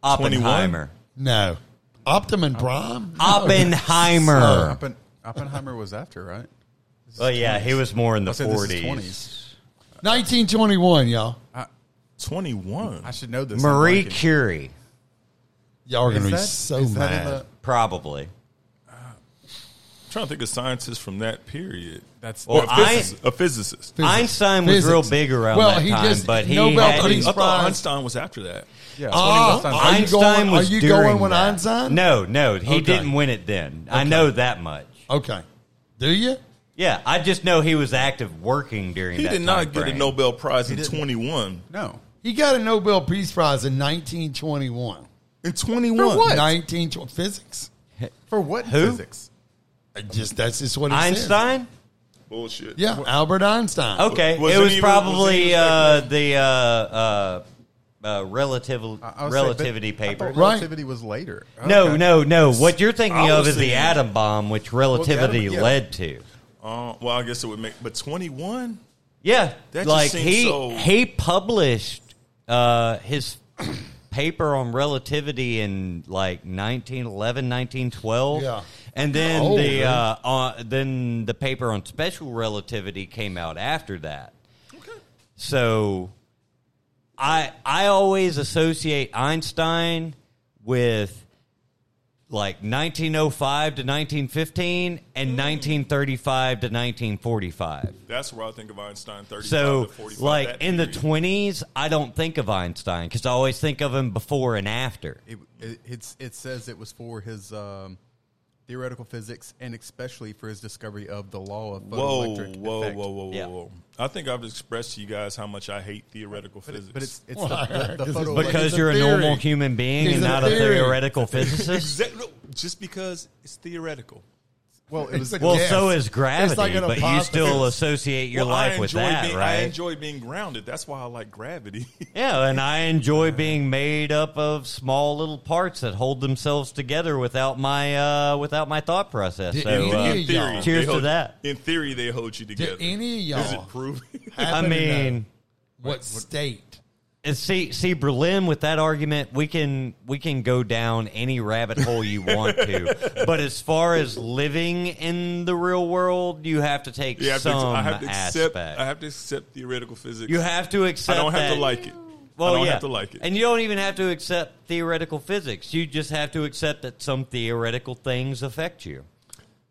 B: Oppenheimer.
A: No. Optimum Prime?
B: (laughs)
C: Uh,
A: Oh.
B: Oppenheimer.
C: Oppen- Oppenheimer was after, right?
B: Well, yeah, he was more in the
C: I said this is
B: 40s.
C: 20s.
A: 1921, y'all.
D: Twenty one.
C: I should know this. I'm
B: Marie
C: blanking.
B: Curie,
A: Y'all are going to
C: Is
A: be
C: that-
A: so
C: is that in
A: mad.
C: the-
B: probably.
D: trying to think of scientists from that period.
C: That's
D: Or
B: Well,
D: a,
B: I-
D: physicist, a physicist.
A: Physics.
B: Einstein was
A: Physics.
B: real big around
A: Well,
B: that
A: he
B: time,
A: just-
B: but he
A: Nobel
B: had,
A: Peace
D: I thought
A: Prize.
D: Einstein was after that.
C: yeah.
A: Ah,
C: 21
A: Are
C: times.
A: you
B: Einstein
A: going-
B: was
A: are you going
B: during
A: with
B: that.
A: Einstein?
B: No, no, he
A: Okay.
B: didn't win it then. I know that much.
A: Okay. Do you?
B: Yeah, I just know he was active working during
D: He
B: that
D: did not
B: time
D: get
B: frame.
D: a Nobel Prize in
C: didn't.
D: twenty one.
C: No.
A: He got a Nobel Peace Prize in 1921.
D: In twenty one.
A: 19 tw- physics.
C: For what
B: Who?
C: physics?
A: I Just that's just what it says.
B: Einstein?
D: Bullshit.
A: Yeah, Albert Einstein.
B: Okay,
D: Was
B: it was
D: it even- was it
B: probably
D: even
B: uh,
D: back
B: the uh, uh, uh, relative,
C: I- I would say, but
B: relativity
C: I thought
B: paper.
A: Right.
C: Relativity was later.
B: No,
C: Okay.
B: no, no. What you're thinking
D: I
B: of
D: was
B: is the
D: thinking-
B: atom bomb, which relativity
C: yeah.
B: led to.
D: Uh, well, I guess it would make, but 21?
B: Yeah,
D: That
B: like
D: just seems
B: he
D: so-
B: he published uh, his (clears throat) paper on relativity in like 1911, 1912.
A: Yeah.
B: And then
A: Oh, really?
B: the uh, uh, then the paper on special relativity came out after that. So I I always associate Einstein with like 1905 to 1915 and
A: Hmm.
B: 1935 to 1945.
D: That's where I think of Einstein 35
B: So,
D: to 45.
B: like
D: that
B: in the
D: period.
B: 20s, I don't think of Einstein because I always think of him before and after.
C: It, it, it's, it says it was for his um, theoretical physics and especially for his discovery of the law of
D: Whoa, whoa,
C: photoelectric
D: whoa,
C: effect.
D: whoa, whoa,
B: Yeah.
D: whoa. I think I've expressed to you guys how much I hate theoretical physics.
C: But it's, it's
A: Well, I
C: the,
A: heard
C: the, the
A: this is
C: photo
B: Because
A: It's a
B: you're a normal
A: theory.
B: human being
A: It's
B: and
A: a
B: not a
A: theory.
B: theoretical physicist.
D: Exact- no, just because it's theoretical.
C: well, it was
A: It's a
B: Well,
A: Yes.
B: so is gravity,
A: It's like an
B: but you
A: apocalypse.
B: still associate your
D: Well,
B: life
D: I
B: with
D: enjoy
B: that,
D: being,
B: right?
D: I enjoy being grounded. That's why I like gravity. (laughs)
B: yeah, and I enjoy being made up of small little parts that hold themselves together without my uh, without my thought process.
A: Did
B: So,
A: you-
B: uh,
A: did
D: in theory,
B: Cheers
D: they
B: to
D: hold-
B: that.
D: In theory, they hold you together.
A: any of
D: Is
A: y'all-
D: it (laughs) proven?
B: I
A: Happen to know
B: mean.
A: what state?
B: And see, see, Berlin. With that argument, we can we can go down any rabbit hole you want to.
D: (laughs)
B: but as far as living in the real world, you have to take
D: yeah, I have to,
B: some
D: I have to accept.
B: aspect.
D: I have to accept theoretical physics.
B: you have to accept.
D: I don't have
B: that-
D: to like it.
B: Well,
D: I don't
B: yeah.
D: have to like it.
B: and you don't even have to accept theoretical physics. You just have to accept that some theoretical things affect you.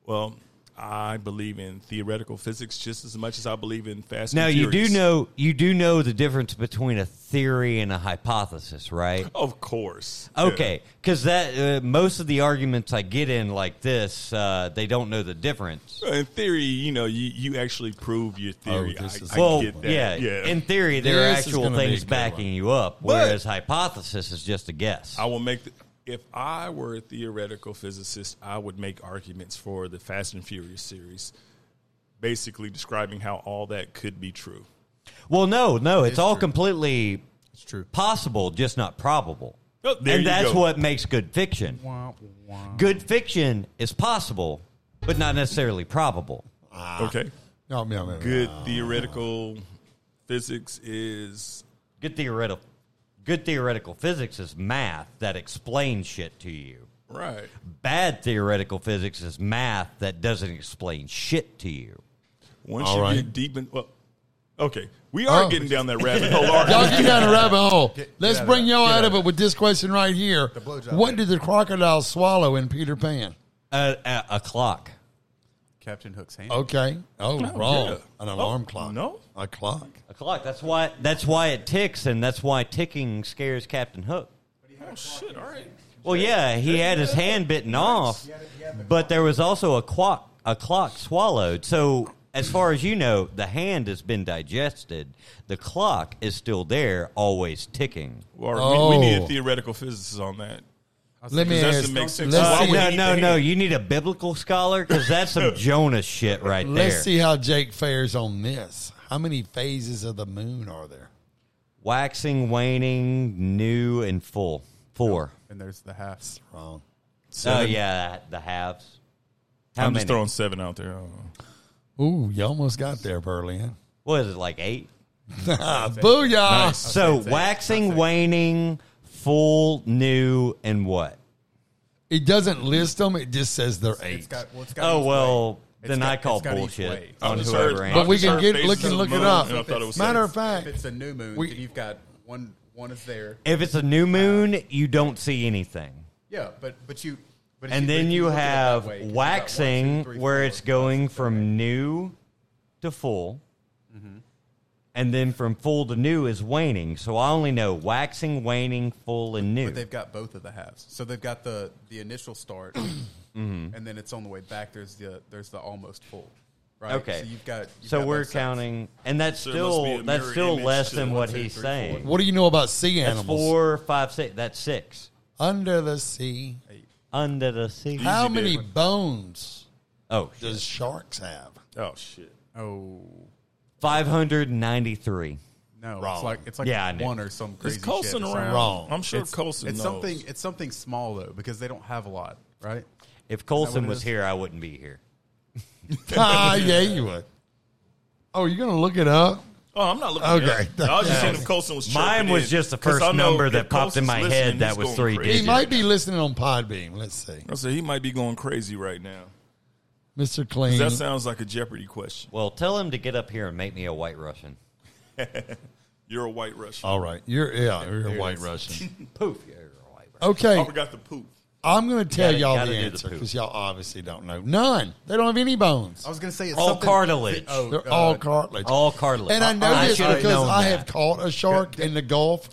D: well, I believe in theoretical physics just as much as I believe in fast. and
B: Now you do
D: Furious.
B: know you do know the difference between a theory and a hypothesis, right?
D: of course.
B: Okay, because that uh, most of the arguments I get in like this, uh, they don't know the difference.
D: Yeah. In theory, you know, you, you actually prove your theory.
A: Oh, this is-
D: I, I
B: well,
D: get that.
B: yeah,
D: yeah.
B: In theory, there
A: This
B: are
A: is
B: actual
A: gonna be a
B: things
A: good
B: backing
A: one.
B: you up,
D: But-
B: whereas hypothesis is just a guess.
D: I will make. The, if I were a theoretical physicist, I would make arguments for the Fast and Furious series, basically describing how all that could be true.
B: well, no, no, it's all completely
C: It's true.
B: possible, just not probable.
D: Oh, there
B: and
D: you
B: that's
D: go.
B: what makes good fiction. Good fiction is possible, but not necessarily probable.
A: Ah.
D: okay.
A: No, no, no, no.
D: Good theoretical physics is
B: Good theoretical, good theoretical physics is math that explains shit to you.
D: right.
B: bad theoretical physics is math that doesn't explain shit to you.
D: Once
A: All
D: you
A: right.
D: get deep in, well, okay, we are
A: Oh.
D: getting down that rabbit hole. aren't
A: (laughs)
D: we?
A: Y'all get down a rabbit hole. Let's
C: out of
A: bring
C: that.
A: y'all
C: Get
A: out
C: out
A: of
C: of
A: it with this question right here.
C: blowjob
A: What did
C: bit.
A: the crocodile swallow in Peter Pan?
B: A, a, a clock.
C: Captain Hook's hand.
A: Okay. Oh, wrong.
D: yeah.
A: An alarm
D: Oh,
A: clock.
D: no.
A: A clock.
B: A clock. That's why. That's why it ticks, and that's why ticking scares Captain Hook.
D: Oh, shit, all right.
B: Well, yeah, he had his hand bitten off, but there was also a clock. A clock swallowed. So, as far as you know, the hand has been digested. The clock is still there, always ticking.
D: Well, we, we need
A: Oh.
D: a theoretical physicist on that.
A: Let me
D: Does that
A: ask.
D: make
A: Let's,
D: sense?
B: Uh,
D: Why would
A: see,
B: no,
D: he
B: no,
D: think-
B: no. You need a biblical scholar because that's
D: (laughs)
B: some Jonah shit right there.
A: let's see how Jake fares on this. How many phases of the moon are there?
B: Waxing, waning, new, and full. Four.
C: And there's the halves.
A: Wrong.
B: Oh,
D: Seven?
B: yeah, the halves. How
D: I'm
B: many?
D: just throwing seven out there. I don't know.
A: Ooh, you almost got there, Berlin.
B: what is it, like eight?
A: Booyah.
B: So waxing, waning, full, new, and what?
A: It doesn't list them. It just says they're
C: It's
A: eight.
C: got, well, it's got
B: Oh,
C: each
B: well,
C: It's
B: then
C: got-
B: I call
C: it's got each
B: bullshit
C: way.
B: on
D: I just
B: whoever
D: heard-
B: answers.
A: but we
D: I've
A: can
D: heard
A: get
D: faces
A: look and
D: of
A: look
D: the
A: it
D: moon,
A: up.
D: and I thought it was
A: Matter
D: seven.
A: of fact,
C: If it's a new moon,
A: We-
C: then you've got one. One is there.
B: If it's a new moon, you don't see anything.
C: Yeah, but but you. But if
B: And
C: but
B: then
C: if
B: you
C: look at it that
B: have
C: way, 'cause you've got one, two,
B: waxing,
C: three,
B: where
C: four,
B: it's
C: five,
B: going
C: six, seven,
B: from new to full.
C: Mm-hmm.
B: And then from full to new is waning. So I only know waxing, waning, full, and new.
C: But they've got both of the halves. So they've got the the
B: (clears throat)
C: initial start,
B: Mm-hmm.
C: and then it's on the way back. There's the there's the almost full. Right.
B: Okay.
C: So you've got. You've
B: so
C: got
B: we're
C: both sides.
B: counting, and that's
D: So it must be
B: still
D: a
B: that's
D: mirror
B: still
D: image
B: less
D: to
B: than
D: one,
B: what
D: two,
B: he's
D: three,
B: saying.
A: what do you know about sea
B: That's
A: animals?
B: four, five, six. That's six.
A: Under the sea.
B: Under the sea.
A: How many bones
B: Oh,
A: does sharks have? (laughs)
D: Oh, shit.
C: Oh
B: five hundred ninety-three.
C: no!
A: Wrong.
C: It's like it's like
B: Yeah, I knew.
C: one or some crazy.
D: Is Colson
C: shit or
D: around?
A: wrong.
D: I'm sure
C: It's-
D: Colson
C: It's
D: knows.
C: something. It's something small though, because they don't have a lot, right?
B: If Colson
C: it
B: was
C: is?
B: here, I wouldn't be here.
J: ah, yeah, you would. Oh, you're gonna look it up?
D: Oh, I'm not looking.
J: Okay,
D: Okay, I was just saying if Colson was.
B: Mine
D: chirping
B: was
D: in,
B: just the
D: 'cause
B: first
D: I know
B: number
D: if
B: that popped in
D: Colson's
B: my head
D: listening,
B: that
D: he's
B: was
D: going
B: three
D: crazy.
J: He might be listening on Podbeam. Let's see,
D: I said he might be going crazy right now.
J: Mister
D: 'Cause
J: Clean.
D: That sounds like a Jeopardy question.
B: Well, tell him to get up here and make me a white Russian.
D: You're a white Russian.
J: All right, you're yeah, you're
D: There
J: a
D: it
J: white
D: is.
B: (laughs)
J: Russian.
B: Poof, you're a white Russian.
J: Okay,
D: I forgot the poop.
J: I'm gonna tell
B: Oh, Gotta-
J: y'all
B: gotta
J: the
B: do the
J: answer
B: poop.
J: because y'all obviously don't know. None. They don't have any bones.
C: I was going to say it's
B: All
C: something-
B: cartilage.
C: Oh,
J: They're
C: uh,
J: all cartilage.
B: All cartilage.
J: Oh, And I know
B: I
J: this
B: should have
J: because
B: known
J: I
B: that.
J: have caught a shark in the Gulf.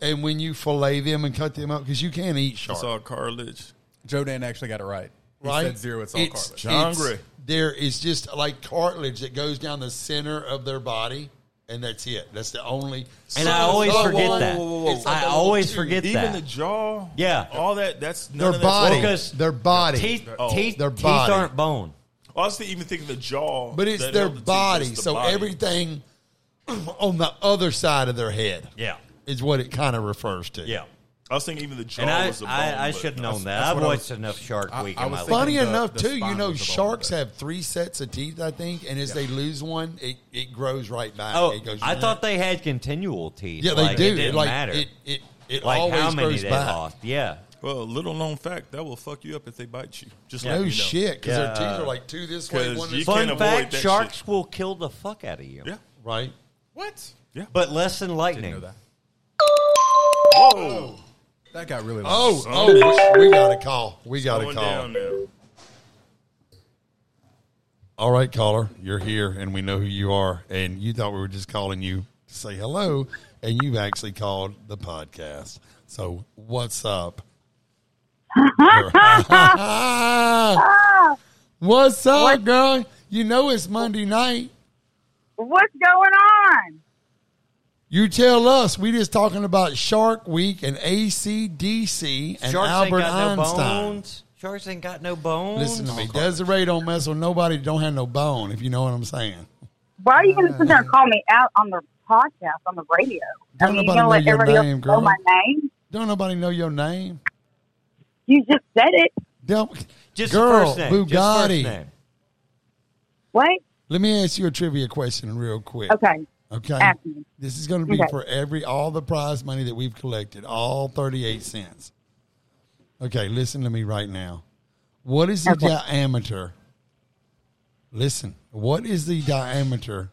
J: And when you fillet them and cut them up, because you can't eat
D: I
J: shark,
D: saw cartilage.
C: Joe Dan actually got it right. He
J: right?
C: said zero. It's all cartilage.
J: it's-
D: Hungry.
J: There is just like cartilage that goes down the center of their body, and that's it. That's the only.
B: And I always
J: Oh,
B: forget
J: whoa,
B: that.
J: whoa, whoa, whoa. It's like
B: I
J: a little
B: always
J: tube.
B: forget
D: Even
B: that.
D: the jaw.
B: Yeah.
D: All that. That's none
J: Their
D: of
J: body,
D: That's,
B: Because-
J: their body,
B: teeth,
D: Oh.
B: teeth,
J: Their
B: teeth
J: body. Oh,
B: aren't bone.
D: I was even thinking the jaw.
J: but it's
D: that
J: their
D: held the teeth,
J: body.
D: it's the
J: so
D: body.
J: everything (clears throat) on the other side of their head
B: Yeah,
J: is what it kind of refers to.
B: yeah.
D: I was thinking even the jaw
B: And I,
D: was a bone.
B: I, I
D: but-
B: should have known that.
C: that's
B: I've
C: what I
B: watched
C: was-
B: enough Shark
C: I-
B: Week
C: I
B: in
C: was
B: my
C: thinking
B: life.
J: Funny
C: the-
J: enough,
C: the
J: too, you
C: spine
J: know,
C: was the bone,
J: sharks
C: but-
J: have three sets of teeth, I think, and as they lose one, it, it grows right back.
B: Oh,
J: it goes,
B: I thought they had continual teeth.
J: yeah, they
B: Like,
J: do.
B: It didn't
J: like,
B: matter.
J: It, it, it
B: like
J: always
B: how many
J: grows
B: they
J: back.
B: lost. Yeah,
D: Well, little known fact that will fuck you up if they bite you. Just
J: No
D: like you know.
J: shit, because their
B: Yeah.
J: teeth are like two this way,
D: 'Cause
J: one
D: you
J: this way.
D: can't
B: Fun
D: avoid
B: fact:
D: that
B: sharks will kill the fuck out of you.
D: Yeah.
J: Right.
C: What?
B: But less than lightning.
C: Didn't know that.
D: Whoa.
C: That got really loud.
J: Oh, oh, we got a call. We got a
D: Going down
J: call.
D: now.
J: All right, caller, you're here, and we know who you are. And you thought we were just calling you to say hello, and you've actually called the podcast. So, what's up? (laughs) what's up, girl? You know it's Monday night.
K: What's going on?
J: You tell us. We just talking about Shark Week and ACDC and
B: Sharks
J: Albert
B: ain't got
J: Einstein.
B: no bones. Sharks ain't got no bones.
J: Listen to me.
K: Oh,
J: Desiree don't mess with nobody that don't have no bone, if you know what I'm saying.
K: Why are you going to sit there and call me out on the podcast, on the radio?
J: Don't
K: I mean, you
J: nobody
K: gonna let
J: know your
K: everybody
J: name,
K: else know
J: girl.
K: my name?
J: Don't nobody know your name.
K: You just said it.
J: Don't,
B: Just
J: girl,
B: first name.
J: Bugatti.
B: Just first name.
K: What?
J: Let me ask you a trivia question real quick.
K: Okay.
J: Okay.
K: Ask me.
J: This is going to be
K: Okay.
J: for every all the prize money that we've collected, all 38 cents. Okay, listen to me right now. What is the
K: Okay.
J: diameter? Listen. What is the diameter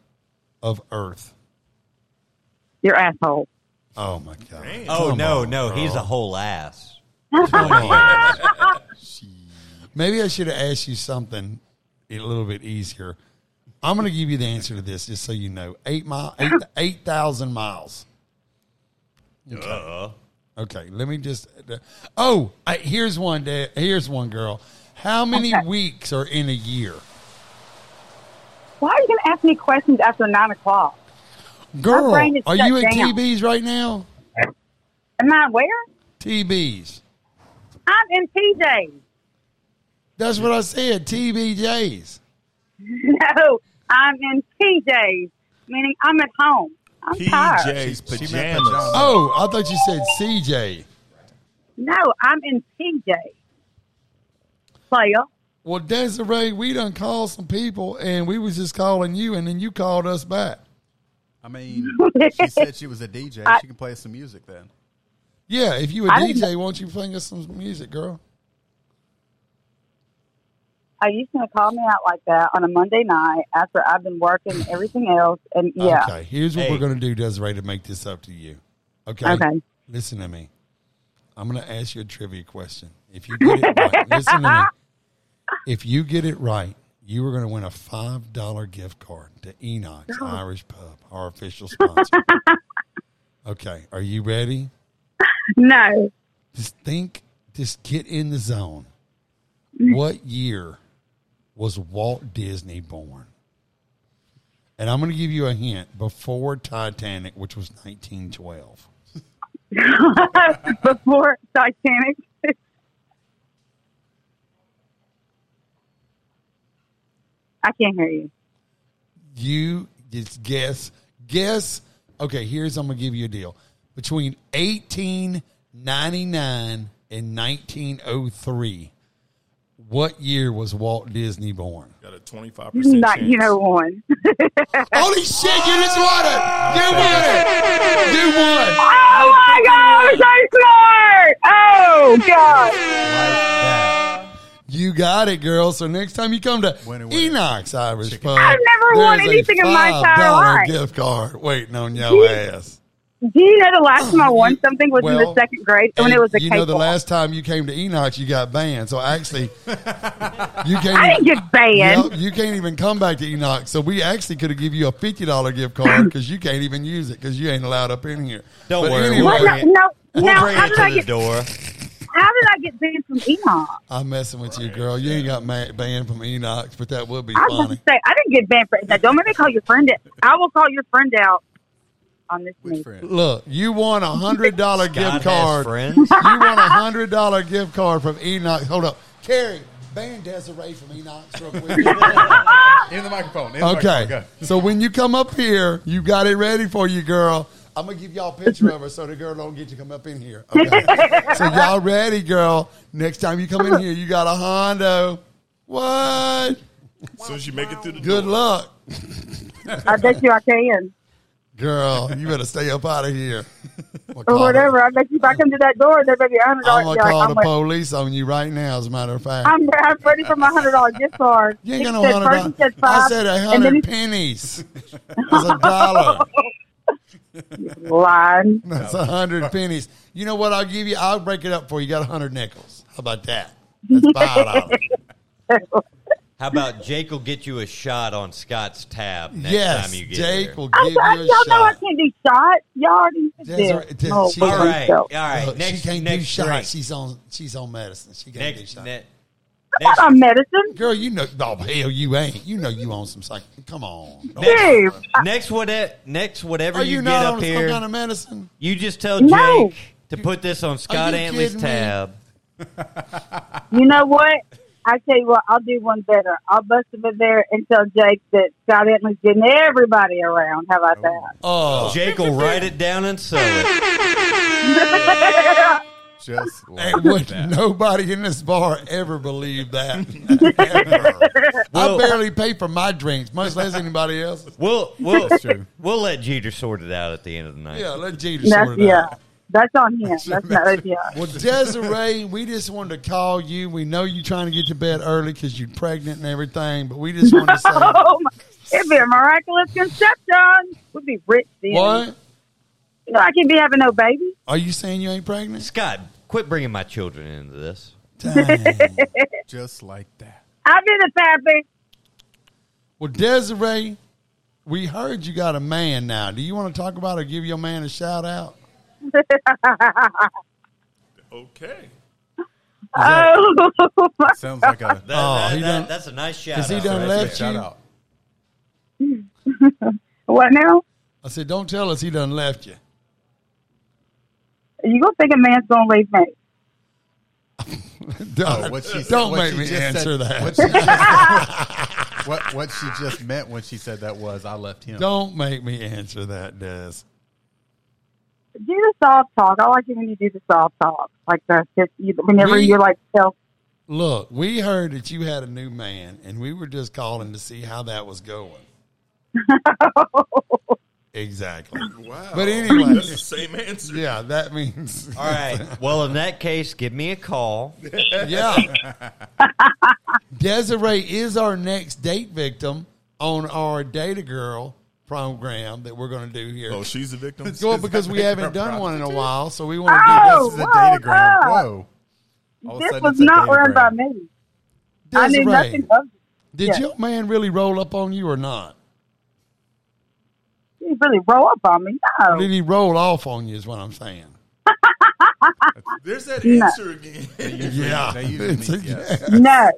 J: of Earth?
K: You're asshole.
J: Oh my god.
B: Oh
J: Come
B: no,
J: on,
B: no, he's a
J: girl.
B: whole ass.
J: Come on. Maybe I should have asked you something a little bit easier. I'm going to give you the answer to this, just so you know. Eight mile, eight eight thousand miles. Okay. Okay. Let me just. Oh, I, here's one. da- Here's one, girl. How many
K: Okay.
J: weeks are in a year,
K: Why are you going to ask me questions after 9 o'clock?
J: girl?
K: brain is
J: Are
K: shut
J: you at
K: down.
J: TB's right now?
K: Am I where?
J: TB's.
K: I'm in TJ.
J: That's what I said. TBJ's.
K: (laughs) No, I'm in TJ's, meaning I'm at home. I'm tired.
D: PJ's
C: She meant
D: pajamas.
C: pajamas.
J: Oh, I thought you said CJ.
K: No, I'm in TJ. Player.
J: Well, Desiree, we done called some people, and we was just calling you, and then you called us back.
C: I mean, she said she was a DJ. she can play some music then.
J: Yeah, if you a
K: I
J: DJ, why don't you play us some music, girl?
K: Are you going to call me out like that on a Monday night after I've been working and everything else? And yeah,
J: Okay, here's what
B: Hey.
J: we're gonna do, Desiree, to make this up to you. Okay.
K: Okay.
J: Listen to me. I'm gonna ask you a trivia question. If you get it right,
A: (laughs)
J: listen to me. If you get it right, you are gonna win a five dollar gift card to Enoch's Irish Pub, our
A: (laughs)
J: official sponsor. okay, are you ready?
K: no,
J: just think, just get in the zone.
A: Mm.
J: What year was Walt Disney born? And I'm going to give you a hint before Titanic, which was 1912.
K: (laughs) before Titanic. I can't hear you.
J: You just guess, guess. Okay, here's I'm going to give you a deal. Between 1899 and 1903, What year was Walt Disney born?
D: Got a twenty five
K: You're
D: percent
K: not,
D: chance.
K: you know,
J: (laughs)
K: one.
J: Holy shit, you just won it! You won it! You won!
K: Oh my God, so smart!
A: Oh God!
J: You got it, girl. So next time you come to Enoch's Irish Pub,
A: I've never won
J: there's a
A: anything in my entire life.
J: $5 gift card waiting on your ass.
K: Do you know the last time I won something was in
J: well,
K: the second grade when
J: And
K: it was a
J: you know,
K: cake
J: the
K: walk?
J: last time you came to Enoch's, you got banned. So actually, you came.
K: (laughs) I
J: (laughs)
K: didn't get banned.
J: Yep, you can't even come back to Enoch. So we actually could have give you a fifty dollar gift
K: (laughs)
J: card because you can't even use it because you ain't allowed up in here.
B: Don't
J: But
B: worry,
J: anyway,
K: Well, no, no,
B: We'll
K: now,
B: bring
K: how
B: it
K: did
B: to
K: I
B: the
K: get
B: door.
K: how did I get banned from Enoch?
J: I'm messing with you, girl. You ain't got ma- banned from Enoch's, but that would be
K: I was about
J: funny.
K: to say I didn't get banned for that. Don't make me call your friend. Out. I will call your friend out on this meeting.
J: Look, you won a hundred (laughs) dollar
B: Scott
J: gift
B: has
J: card.
B: friends?
K: (laughs)
J: You won a hundred dollar gift card from Enoch. Hold up, Carrie, ban Desiree from Enoch's real (laughs) quick.
C: (laughs) In the microphone. In the microphone,
J: okay,
C: go.
J: so when you come up here, you got it ready for you, girl. I'm gonna give y'all a picture of her so the girl don't get you come up in here. (laughs) Okay, so y'all ready, girl? Next time you come in here, you got a Hondo. What?
D: As soon as you make it through the
J: Good
D: door.
J: luck,
K: I bet you I can.
J: girl. You better stay up out of here. Or
K: Or whatever. I bet you if I come to that door, there better be a hundred
J: I'm
K: dollars.
J: gonna
K: Like,
J: call
K: I'm,
J: the
K: like,
J: police on you right now. As a matter of fact,
K: I'm, I'm ready for my hundred dollar gift card.
J: you ain't
K: He
J: got no
K: said
J: hundred
K: first he
J: dollars.
K: said five,
J: I said a
K: and then
J: hundred pennies. That's a dollar.
K: he- lying.
J: (laughs) That's a hundred pennies. You know what? I'll give you. I'll break it up for you. You Got a hundred nickels. How about that? That's five dollars.
B: How about Jake will get you a shot on Scott's tab (laughs) next
J: yes,
B: time you get
J: Jake
B: here.
J: will
K: I'm
J: give
K: sorry,
J: you a
K: y'all know I
J: shot.
K: can't do shots. Y'all already did.
J: That's right. That's-
K: Oh,
J: she-
B: All
J: All
B: right, all
K: so-
B: right.
J: Look,
B: next,
J: she can't
B: next
J: do shots.
B: drink.
J: She's on. She's on medicine. She can't do
B: next,
J: shots.
B: ne-
K: Not
B: next,
K: on medicine.
J: Girl, you know. Oh hell, you ain't. You know you on some psych. Come on.
K: Dude,
B: next, whate- next whatever
J: Are
B: you,
J: you,
B: get
J: not
B: up
J: on some
B: here,
J: kind of medicine?
B: you just tell
K: No.
B: Jake to put this on Scott
J: you
B: Antley's
J: kidding me?
B: tab.
K: you know what? I tell you what, I'll do one better. I'll bust him in there and tell Jake that Scott Antley's getting everybody around. How about
J: Oh,
B: Jake will write it down and sell it.
K: that?
C: Just like
J: And would
C: that.
J: nobody in this bar ever believe
B: (laughs)
J: that? Ever.
B: Well-
J: I barely pay for my drinks, much less anybody else.
B: We'll we'll
C: true.
B: we'll let Jeter sort it out at the end of the night.
J: Yeah, let Jeter
K: That's,
J: sort it
K: yeah.
J: out.
K: That's on him. That's
J: (laughs)
K: not yeah. (laughs)
J: Well, Desiree, we just wanted to call you. We know you're trying to get to bed early because you're pregnant and everything, but we just wanted
K: (laughs)
J: to say
K: Oh, my, it'd be a miraculous conception. We'd be rich then.
J: what?
K: You know, I can't be having no baby.
J: Are you saying you ain't pregnant?
B: Scott, quit bringing my children into this.
J: Dang.
C: Just like that.
K: I've been a pappy. (laughs)
J: Well, Desiree, we heard you got a man now. Do you want to talk about or give your man a shout out?
D: Okay.
K: Oh, (laughs) my
C: Sounds like
J: (laughs)
C: a
B: That,
J: Oh,
B: that-
J: he
B: that-
J: done-
B: that's a nice shout.
J: Has he
B: out
J: done
B: right
J: left
B: there.
J: you?
C: shout out.
K: what now?
J: I said, don't tell us he done left you.
K: You gonna think a man's gonna leave me?
J: Don't,
C: Oh, What
J: (laughs)
C: she said-
J: don't
C: what
J: make
C: she
J: me
C: just
J: answer
C: said-
J: that.
C: What she, just- what, what she just meant when she said that was, I left him.
J: Don't make me answer that, Des.
K: Do the soft talk. I like it when you do the soft talk, like the just you, whenever
J: We-
K: you're like self.
J: Look, we heard that you had a new man, and we were just calling to see how that was going. exactly.
D: Wow.
J: But anyway.
D: that's the same answer.
J: Yeah, that means.
B: All right. (laughs) Well, in that case, give me a call.
J: Yeah. Desiree is our next date victim Oh, on our Data Girl program that we're going to do here.
D: Oh, she's a victim.
J: well, because we
C: (laughs)
J: haven't done one in a while, so we want to do
K: Oh,
C: This is a
K: whoa,
C: datagram.
K: up.
C: Whoa. All of a
K: This
C: sudden
K: was
C: it's a
K: not run
C: datagram.
K: by me. I
J: Desiree,
K: knew nothing of it.
J: did
K: yes.
J: your man really roll up on you or not?
K: He really roll up on me.
J: Or
K: No,
J: did he roll off on you? Is what I'm saying.
D: There's that
K: No.
D: answer again.
J: (laughs) Yeah.
C: They usually
J: (laughs) It's a-
C: mean yes.
K: no.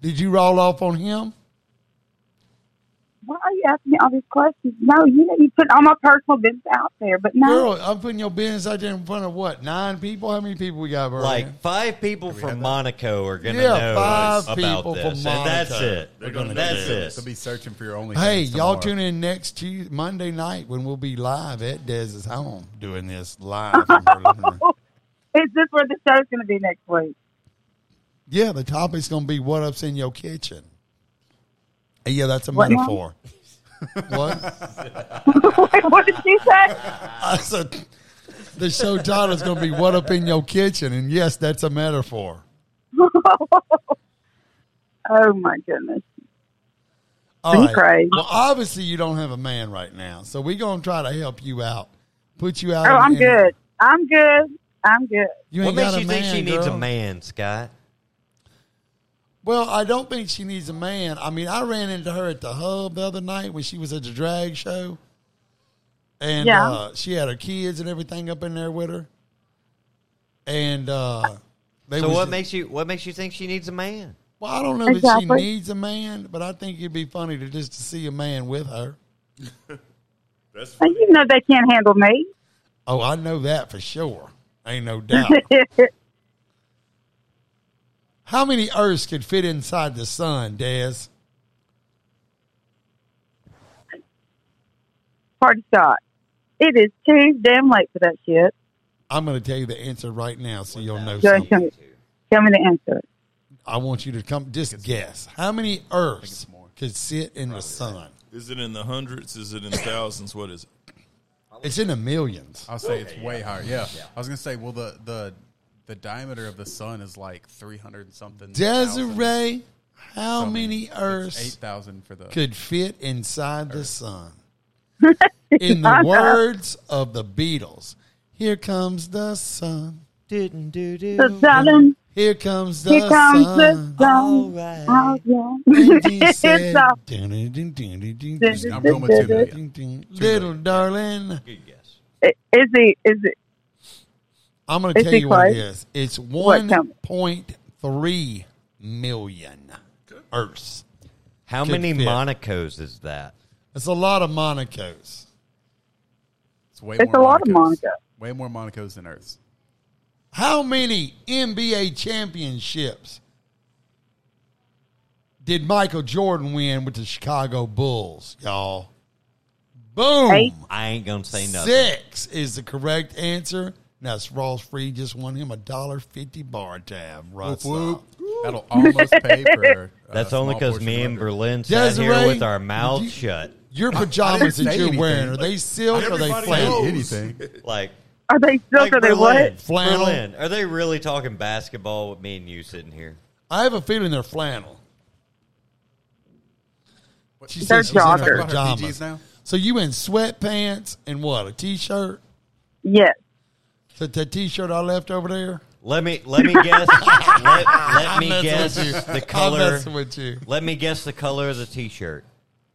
J: Did you roll off on him?
K: Why are you asking me all these questions? No, you know you put all my personal business out there, but no.
J: Girl, I'm putting your business out there in front of what? Nine people? How many people we got, Bernie?
B: Like five people from Monaco are going to
J: Yeah,
B: know
J: five
B: about
J: people
B: this,
J: from
B: and
J: Monaco.
B: that's it.
D: They're gonna
B: that's
D: know
B: it.
C: So be searching for your only.
J: hey, y'all tune in next Tuesday, Monday night when we'll be live at Dez's home doing this live. from her living room.
K: (laughs) Is this where the show's going to be next week?
A: Yeah, the topic's going to be what up's in your kitchen. And yeah, that's a
K: What now?
J: (laughs)
A: metaphor. what?
K: what did you say? (laughs)
A: I said the show title is going to be "What Up in Your Kitchen," and yes, that's a metaphor.
K: Oh my goodness.
A: All right.
K: crazy.
A: Well, obviously you don't have a man right now, so we're going to try to help you out, put you
K: Oh,
A: out. in-
K: I'm
A: in-
K: good. I'm good. I'm good.
A: You
B: what
A: ain't
B: makes
A: got a
B: you think she
A: man,
B: needs a
A: girl.
B: man, Scott?
A: Well, I don't think she needs a man. I mean, I ran into her at the hub the other night when she was at the drag show, and
K: Yeah.
A: uh, she had her kids and everything up in there with her. And uh, they
B: so
A: was
B: what
A: just-
B: makes you what makes you think she needs a man?
A: Well, I don't know if
K: Exactly.
A: she needs a man, but I think it'd be funny to just to see a man with her.
D: That's
K: And you know they can't handle me.
A: Oh, I know that for sure. Ain't no doubt.
K: (laughs)
A: How many Earths could fit inside the sun, Des?
K: Party shot. It is too damn late for that shit.
A: I'm going to tell you the answer right now, so you'll know.
K: Go ahead,
A: something.
K: tell me, tell me the answer.
A: I want you to come. Just guess how many Earths could sit in the sun.
D: Is it in the hundreds? Is it in thousands? What is it?
A: It's in the millions.
C: I'll say it's way higher. Yeah. I was gonna say, well, the the the diameter of the sun is like three hundred and something.
A: Desiree, how
C: So, I mean,
A: many
C: it's
A: Earths
C: 8,000 for the-
A: could fit inside the
K: (laughs)
A: sun? In the
K: I know.
A: words of the Beatles, here comes the sun.
B: Didn't do do.
K: So, darling,
A: Here comes the
K: here comes the
A: sun.
K: sun.
B: right.
K: (laughs) Oh,
A: And
K: yeah.
A: he said,
K: it's all
A: "Dun, dun, dun, dun, dun, dun,
K: This
A: dun,
K: is-
C: I'm going with two
A: dun,
C: million.
A: dun." Little darling.
B: Good guess.
K: Is it? Is it?
A: I'm going to
K: Is
A: tell
K: he
A: you what it
K: close?
A: is. It's
K: What, tell me.
A: 1.3 million Earths.
B: How
A: Could
B: many
A: fit.
B: Monacos is that?
A: It's a lot of Monacos.
C: It's way.
K: It's
C: more
K: a lot of
C: Monacos.
K: Monaco.
C: Way more Monacos than Earths.
A: How many NBA championships did Michael Jordan win with the Chicago Bulls, y'all? Boom.
K: Eight.
B: I ain't gonna say nothing.
A: Six is the correct answer. Now, Ross Free just won him a dollar fifty bar tab. Russ
C: Whoop,
A: up.
C: whoop. uh, That'll almost pay
K: (laughs)
C: for. uh,
B: That's
C: a
B: only
C: small
B: because
C: portion
B: me
C: of
B: and
C: Earth.
B: Berlin sat here
A: Desiree,
B: with our mouths
A: you-
B: shut.
A: Your pajamas
C: I didn't
A: that
C: say
A: you're
C: anything.
A: wearing are they silk or are they
D: Everybody
A: flannel?
D: knows.
C: anything.
B: Like,
K: Are they
B: like
K: silk? Are they
B: Berlin,
K: what?
A: Flannel.
B: Berlin, are they really talking basketball with me and you sitting here?
A: I have a feeling they're flannel. She
K: They're
A: said she's in her
K: joggers. Talking
C: about her PGs
A: pajamas.
C: now?
A: So you in sweatpants and what? A t-shirt?
K: Yes.
A: So that t-shirt I left over there.
B: Let me let
K: (laughs)
B: me guess. let, let me
A: messing
B: guess
A: with you.
B: the
A: I'm
B: color.
A: messing with you.
B: Let me guess the color of the T-shirt.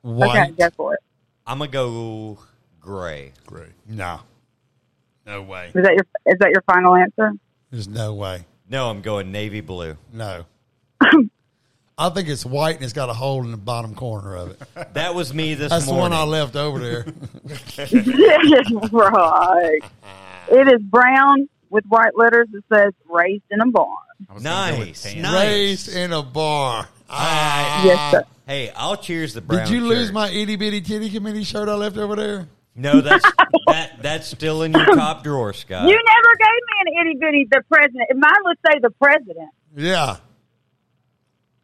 A: White?
K: Okay, go for it.
B: I'm gonna go gray.
C: Great.
A: No, no way.
K: Is that your? Is that your final answer? (laughs)
A: There's no way.
B: No, I'm going navy blue.
K: (laughs)
A: No. I think it's white and it's got a hole in the bottom corner of it.
B: That was me this
A: That's the
B: morning.
A: one I left over there. (laughs)
K: right. It is brown with white letters that says "raised in a barn."
C: I was gonna go with
B: Nice, (laughs)
C: tan.
B: nice.
A: Raised in a bar.
B: I-
A: Ah,
K: Yes, sir.
B: hey, I'll cheers the brown.
A: Did you lose
B: shirt.
A: my itty bitty titty committee shirt I left over there?
B: No, that's that. That's still
A: (coughs)
B: in your top drawer,
A: Uh,
B: Scott.
K: You never gave me an itty bitty. The president. Mine would say the president.
A: Yeah.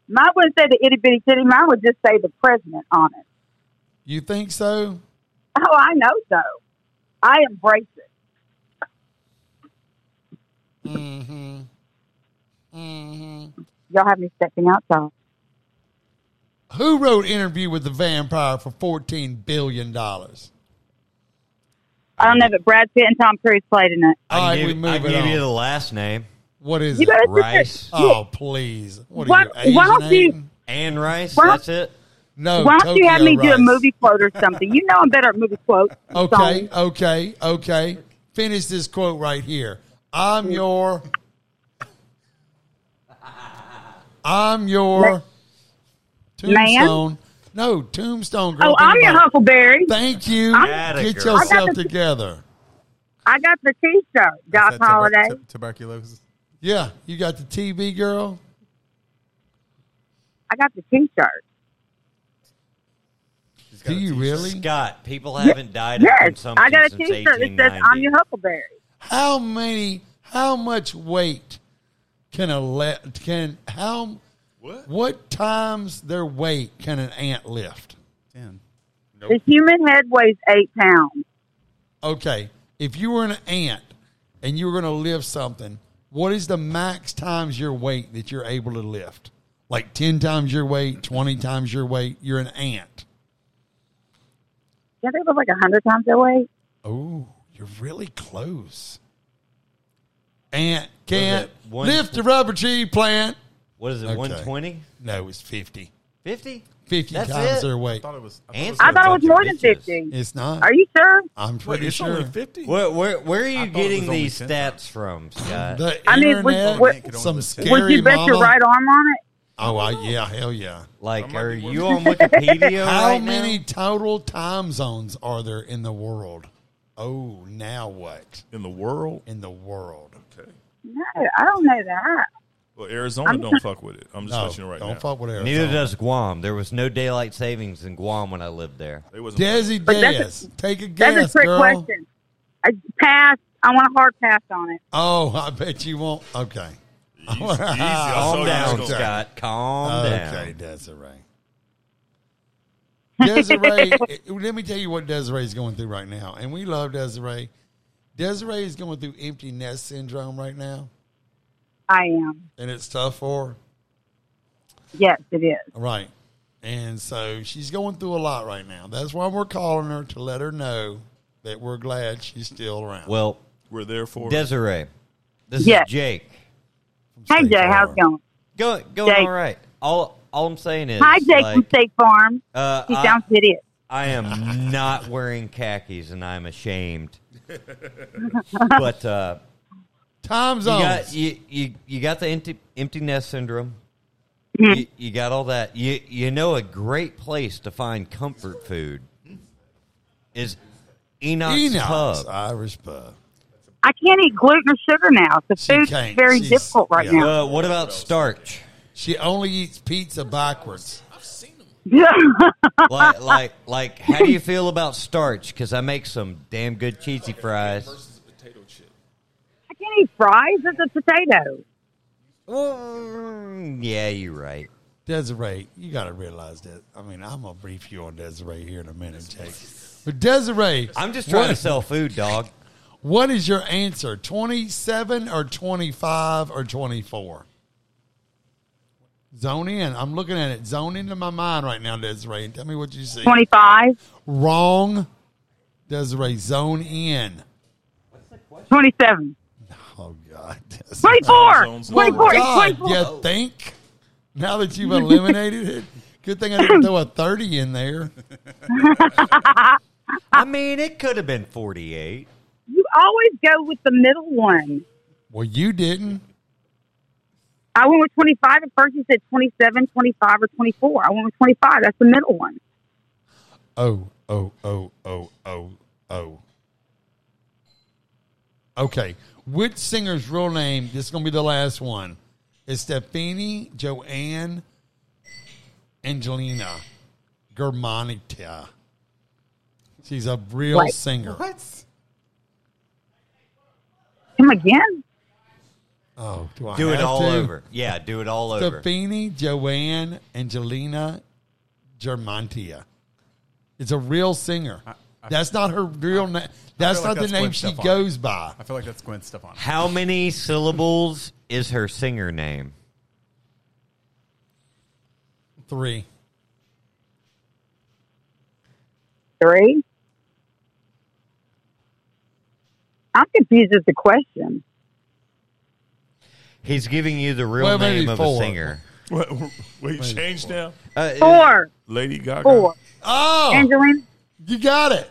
K: Mine wouldn't say the itty bitty titty. Mine would just say the president on it.
A: You think so?
K: Oh, I know so. I embrace it. Mm-hmm. Mm-hmm. Y'all have me stepping outside.
A: Who wrote Interview with the Vampire for $14 billion? All
K: I don't know, but Brad Pitt and Tom Cruise played in it.
B: I
A: right,
B: can
A: we
B: give, I
A: move
B: can
A: it
B: give you the
A: on.
B: last name.
A: What is
K: You
A: it?
K: better
B: Rice.
A: Oh, please. What are
K: Why-
A: you, Asian
K: why don't you-
A: Aiden?
B: Anne Rice.
K: Why-
B: That's it.
A: No,
K: Why don't you have
A: Oh, Tokyo
K: me do a
A: Rice.
K: movie quote or something? You know I'm better at movie quotes.
A: Okay, okay, okay. Finish this quote right here. I'm your. I'm your. Tombstone. No, Tombstone girl.
K: Oh, I'm your Huckleberry.
A: Thank you.
B: I'm- Atta
A: Get
B: girl. I
A: yourself
K: got the-
A: together.
K: I got the T-shirt, Josh
C: Is that tuber-
K: Holiday.
C: tu- tuberculosis.
A: Yeah, you got the TV girl.
K: I got the T-shirt.
C: She's got
A: Do
C: a
A: you
C: t-shirt.
A: really?
B: Scott, people haven't died of
K: Yes,
B: consumption
K: I got a
B: since
K: T-shirt that says
B: 1890.
K: "I'm your Huckleberry."
A: How many? How much weight
J: can a le- can how what times their weight can an ant lift?
K: The human head weighs eight pounds.
J: Okay, if you were an ant and you were going to lift something, what is the max times your weight that you're able to lift? Like ten times your weight, twenty times your weight. You're an ant.
K: Yeah, they was like a hundred times their weight.
J: Oh, you're really close. Ant can't lift the rubber tree plant.
B: What is it, 120?
J: No, it's 50.
B: 50?
J: 50
B: That's
J: times
B: it?
J: their weight.
B: I thought it was- I
J: Ants
K: I
J: are a
K: thought it was
J: bunch of
K: more than
J: bitches.
K: fifty.
J: It's not.
K: Are you sure?
J: I'm
B: Wait,
J: pretty
B: it's
J: sure.
B: only 50? Where- where- where are you getting these stats from, Scott?
J: The
K: I mean, would,
J: internet,
K: would,
J: some
K: would
J: scary
K: you bet your
J: mama.
K: right arm on it?
J: Oh, I, yeah, hell yeah.
B: Like, are
A: (laughs)
B: you on Wikipedia
J: How
B: right now?
J: many total time zones are there in the world? Oh, now what?
D: In the world?
J: In the world.
D: Okay.
K: No, I don't know that.
D: Well, Arizona
K: I'm
D: don't
K: not-
D: fuck with it. I'm just
J: No,
D: letting you know right
J: don't
D: now.
J: fuck with Arizona.
B: Neither does Guam. There was no daylight savings in Guam when I lived there.
D: It was
G: (laughs)
J: Desi
K: But that's a-
J: Dez, take a guess,
K: That's a trick
J: girl.
K: question. I pass. I want a hard pass on it.
J: Oh, I bet you won't. Okay. All right.
B: Calm down,
J: Okay.
B: Scott. Calm down.
J: Okay, Desiree. Desiree, eh, let me tell you what Desiree is going through right now. And we love Desiree. Desiree is going through empty nest syndrome right now,
K: I am.
J: and it's tough for her.
K: Yes, it is.
J: Right. And so she's going through a lot right now. That's why we're calling her to let her know that we're glad she's still around.
B: Well,
D: We're there for it.
B: Desiree, this
K: Yes.
B: is Jake.
K: Hey Jay, how's
J: Farm.
K: it going?
B: Go, going
K: Jake.
B: all right. All, all I'm saying is,
K: Hi, Jake from
B: like,
K: State Farm.
B: uh,
K: He
B: I-
K: sounds idiot.
B: I am not wearing khakis, and I'm
K: (laughs)
B: ashamed. but uh,
J: Time
B: you
J: zones.
B: got you, you, you got the empty, empty nest syndrome.
K: Mhm.
B: You, you got all that. You you know a great place to find comfort food is Enoch's,
J: Enoch's Uh,
B: Pub.
J: Irish pub.
K: I can't eat gluten or sugar now. The
J: She
K: food's
J: can't.
K: very
J: She's-
K: difficult right
J: yeah.
K: now.
B: Uh, what about starch?
J: She only eats pizza backwards.
K: (laughs)
B: like, like, like, how do you feel about starch? Because I make some damn good cheesy fries.
K: I can't eat fries. It's a potato.
B: Mm, yeah, you're right.
J: Desiree, you got to realize that. I mean, I'm going to brief you on Desiree here in a minute, Jake. But Desiree,
B: I'm just trying
J: what-
B: to sell food, dog.
J: What is your answer? 27 or 25 or 24? Zone in. I'm looking at it. Zone into my mind right now, Desiree. and Tell me what you see.
K: Twenty-five,
J: Wrong. Desiree, zone in.
K: twenty-seven,
J: Oh, God. Desiree.
K: twenty-four,
D: Zones, zones.
K: twenty-four,
J: God,
K: twenty-four.
J: you think? Now that you've eliminated it, good thing I didn't throw a 30 in there.
B: I mean, it could have been 48.
K: You always go with the middle one.
J: Well, you didn't.
K: I went with 25 at first. You said 27, 25, or 24. I went with 25. That's the middle one.
J: Oh, oh, oh, oh, oh, oh. Okay. Which singer's real name? This is going to be the last one. Is Stephanie Joanne Angelina Germanica. She's a real
K: What?
J: singer.
K: Him again?
J: Oh, do I
B: Do it
J: have
B: all
J: to?
B: over. Yeah, do it all over.
J: Stephanie Joanne Angelina Germantia. It's a real singer. that's not her real name. That's
C: feel like
J: not
C: that's
J: the name
C: Gwen
J: she
C: Stefani.
J: goes by.
C: I feel like that's Gwen Stefani.
B: How many syllables is her singer name?
J: Three.
K: Three? I'm confused with the question.
B: He's giving you the real
J: Well, maybe
B: name of a
J: four.
B: singer.
D: What, what you changed now?
B: Uh,
K: Four.
D: Lady Gaga.
K: Four.
J: Oh,
K: Angelina?
J: you got it.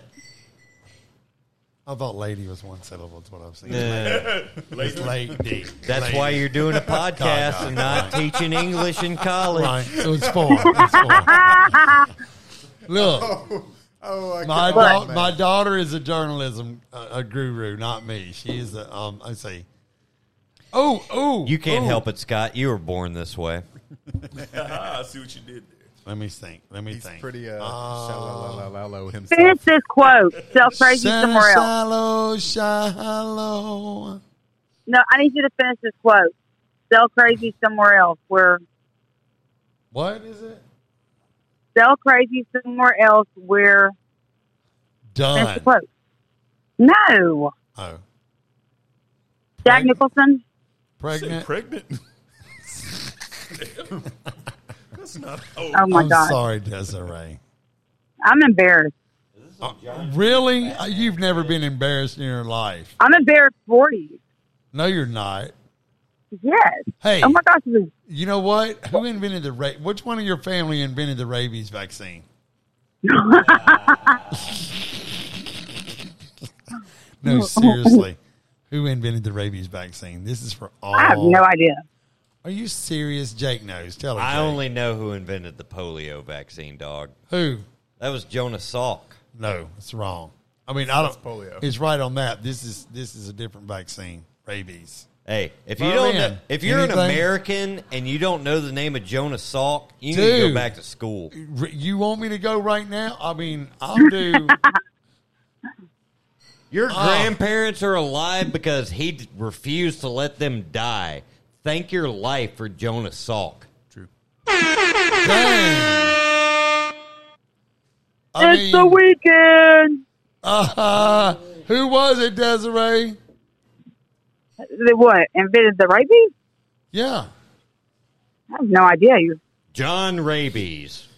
J: I thought lady was one syllable. That's what I was thinking.
B: uh,
J: It's lady.
B: (laughs) that's why you're doing
J: (laughs)
B: a podcast and not teaching English in college.
C: (laughs)
J: Right. It was four. It was four. Look,
C: Oh, I
J: my,
C: can't-
J: da- my daughter is a journalism uh, a guru, not me. She is a, um, I say, oh, oh.
B: You can't
J: oh.
B: help it, Scott. You were born this way.
D: I see what you did there.
J: Let me think. Let me
C: he's
J: think.
C: pretty uh, shalalalalalo himself.
K: (laughs) Finish this quote. Self praise you
J: Santa
K: somewhere else.
J: Shallow, shallow.
K: No, I need you to finish this quote. sell crazy somewhere else. Where
A: What is it?
K: sell crazy somewhere else. Where that's the
A: Done.
K: quote. No,
A: Oh.
K: Jack Nicholson.
A: Pregnant.
D: pregnant. (laughs) That's not. Oh,
K: Oh, my
A: I'm
K: God.
A: sorry, Desiree.
K: I'm embarrassed.
A: Really? Uh, You've never been embarrassed in your life.
K: I'm embarrassed for you.
A: No, you're not.
K: Yes.
A: Hey.
K: Oh my gosh. it was-
A: You know what? Who invented the ra- Which one of your family invented the rabies vaccine? no, seriously. Who invented the rabies vaccine? This is for all.
K: I have no idea.
A: Are you serious? Jake knows. Tell us.
B: I only know who invented the polio vaccine, dog.
A: Who?
B: That was Jonas Salk.
A: No, it's wrong. I mean, I
C: That's
A: don't.
C: polio.
A: It's right on that. This is this is a different vaccine. Rabies.
B: Hey, if
A: My
B: you don't,
A: man,
B: know, if you're an
A: anything?
B: American and you don't know the name of Jonas Salk, you need to
A: Dude.
B: go back to school.
A: R- You want me to go right now? I mean, I'll do.
B: Your
A: Ah.
B: grandparents are alive because he d- refused to let them die. Thank your life for Jonas Salk.
A: Dang. I
K: it's the
A: mean,
K: weekend.
A: uh, who was it, Desiree?
K: The what? Invented the rabies?
A: Yeah.
K: I have no idea. You.
B: John Rabies.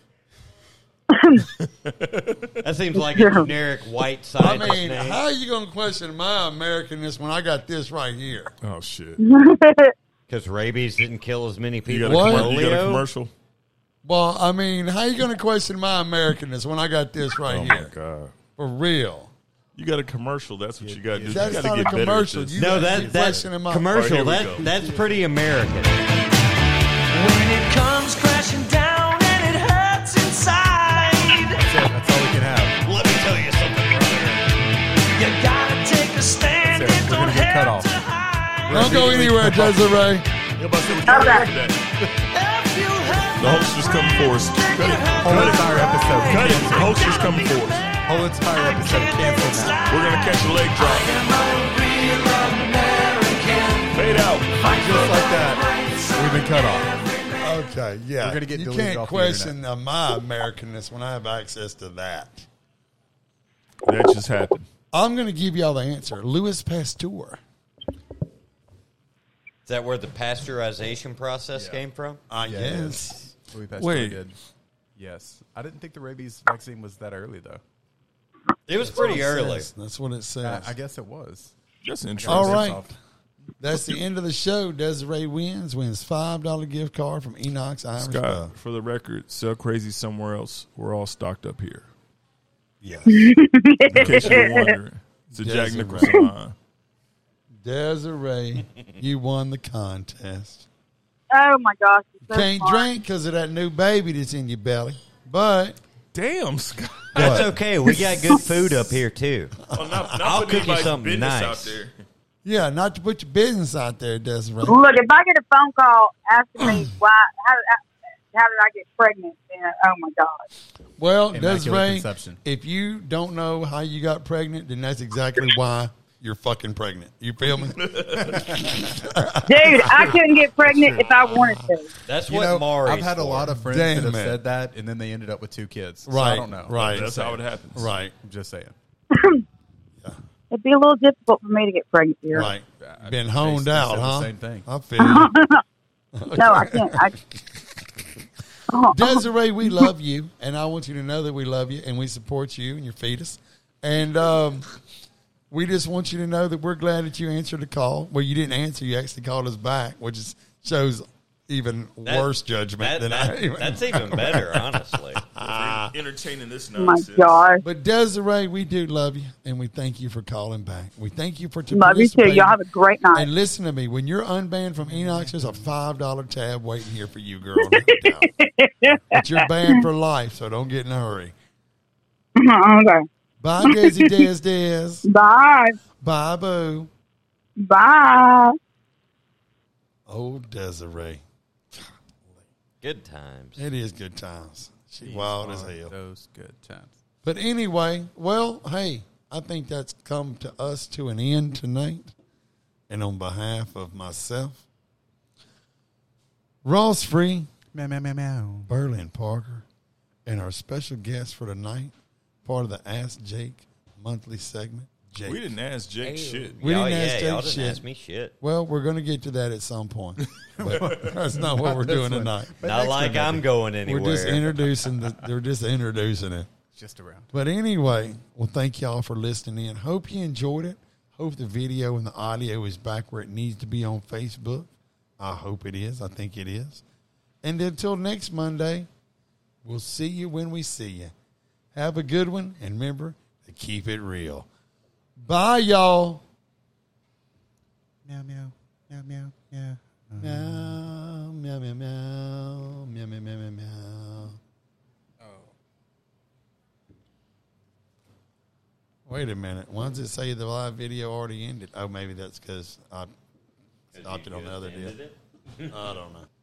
A: (laughs)
B: that seems like a generic white
A: I
B: scientist
A: mean,
B: name.
A: how are you going to question my Americanness when I got this right here?
D: oh shit!
B: Because rabies didn't kill as many
D: You
B: people.
D: got,
B: as
D: a,
A: What?
D: commer- you got a
B: polio?
D: commercial?
A: Well, I mean, how you going to question my Americanness when I got this right
D: Oh my
A: here?
D: god!
A: For real.
D: You got a commercial. That's what you got to do.
A: That's
D: you got
A: not
D: to
A: a
D: get better at
A: commercial.
D: this.
A: You
B: No,
A: got
B: that
A: me
B: that's
A: questioning my-
D: All
B: commercial.
D: right, here we
B: that
D: go.
B: that's pretty American.
L: When it comes crashing down and it hurts inside,
C: That's it. That's all we can have.
L: let me tell you something, brother. You gotta take a stand
C: Sarah,
L: and
C: we're
L: don't
C: gonna get cut
L: have
C: off.
L: to hide.
A: Don't go anywhere, Desiree.
D: Yeah, but I said we can't
K: Okay.
D: do that.
L: If you have
D: The host is coming for us. Cut it.
C: Whole
D: Cut
C: entire
D: it.
C: episode.
D: Cut it. The host is
L: gotta
D: coming
L: be
D: for us.
L: mad,
C: Whole entire episode canceled now.
D: We're gonna catch a leg drop. Fade out.
C: Just like that, we've been cut off.
A: Okay, yeah.
C: We're gonna get
A: you
C: deleted
A: can't
C: off the
A: question uh, my Americanness when I have access to that.
D: That just happened.
A: I'm going to give y'all the answer. Louis Pasteur.
B: Is that where the pasteurization process came from?
D: Uh,
A: I
C: Yeah, it
A: guess.
C: Louis Pasteur
D: Wait.
C: did. Yes, I didn't think the rabies vaccine was that early though.
B: It was pretty early.
A: Yes, that's what it says.
C: I, I guess it was.
D: That's interesting.
A: All right.
C: Microsoft.
A: That's the end of the show. Desiree wins, wins $5 gift card from Enoch's Irish Pub.
D: Scott, for the record, sell crazy somewhere else. We're all stocked
A: (laughs)
D: up here.
A: Yes.
D: In case you're wondering, it's a Jack
A: Desiree.
D: Nicholson line.
A: Desiree, you won the contest.
K: (laughs) Oh my gosh. it's so
A: Can't
K: fun.
A: drink because of that new baby that's in your belly. But
D: Damn, Scott.
B: That's
A: What?
B: okay. We got good food up here too.
D: (laughs) Well, not,
B: I'll
D: putting
B: cook you
D: anybody's
B: something
D: business
B: nice.
D: out there.
A: yeah, not to put your business out there, Desiree.
K: Look, if I get a phone call
A: (sighs)
K: asking me why, how did I, how did I get pregnant? Then, oh my gosh.
A: Well,
C: Immaculate
A: Desiree,
C: conception.
A: if you don't know how you got pregnant, then that's exactly why you're fucking pregnant. You feel (laughs) me?
K: Dude,
A: (laughs)
K: I couldn't get pregnant if I wanted to.
B: That's
C: You
B: what
C: know,
B: Maury's
C: I've had a
B: for.
C: lot of friends
A: Damn
C: that have
A: it.
C: said that, and then they ended up with two kids. So
A: right.
C: I don't know.
A: Right.
D: That's how it happens.
A: Right.
C: I'm just saying.
K: It'd be a little difficult for me to get pregnant here. (laughs)
A: Right.
C: I-
A: Been
C: they-
A: honed
C: they said
A: out,
C: the
A: huh?
C: same thing.
A: I feel you.
K: No, I can't.
A: (laughs)
K: I, oh,
A: Desiree, we love you, and I want you to know that we love you and we support you and your fetus. And um, we just want you to know that we're glad that you answered the call. Well, you didn't answer; you actually called us back, which is, shows even
B: That-
A: worse judgment
B: that-
A: than
B: that-
A: I. Even.
B: That's even better, honestly.
D: We're entertaining this
A: Oh
K: my
D: nonsense.
K: gosh.
A: But Desiree, we do love you, and we thank you for calling back. We thank you for
K: Love you too.
A: participating.
K: Y'all have a great night.
A: And listen to me, when you're unbanned from Enox, there's a five dollar tab waiting here for you, (laughs) girl. but you're banned for life, so don't get in a hurry.
K: (laughs) okay.
A: Bye, (laughs) Desi Des Des.
K: Bye.
A: Bye, Boo.
K: Bye.
A: Oh, Desiree.
B: Good times.
A: It is good times. She wild as hell.
C: Those good times.
A: But anyway, well, hey, I think that's come to us to an end tonight. And on behalf of myself, Ross Free,
C: Meow, meow, meow, meow.
A: Berlin Parker, and our special guest for tonight, part of the Ask Jake monthly segment. Jake.
D: We didn't ask Jake shit.
A: (laughs) We
B: Y'all-
A: didn't
B: yeah,
A: ask Jake
B: y'all didn't
A: shit.
B: ask me shit.
A: Well, we're going to get to that at some point. But that's not what we're
B: Not this
A: doing
B: one.
A: tonight.
B: But Not next like one, I'm maybe. going
A: We're just
B: anywhere.
A: introducing the. They're just introducing it.
C: Just around.
A: But anyway, well, thank y'all for listening in. Hope you enjoyed it. Hope the video and the audio is back where it needs to be on Facebook. I hope it is. I think it is. And until next Monday, we'll see you when we see you. Have a good one, and remember to keep it real. Bye, y'all.
C: Meow, meow, meow, meow, meow.
A: Meow, meow, meow, meow, meow, meow, meow, meow, meow. Oh. Wait a minute. Why does it say the live video already ended? Oh, maybe that's because I stopped it on the other deal. I don't know.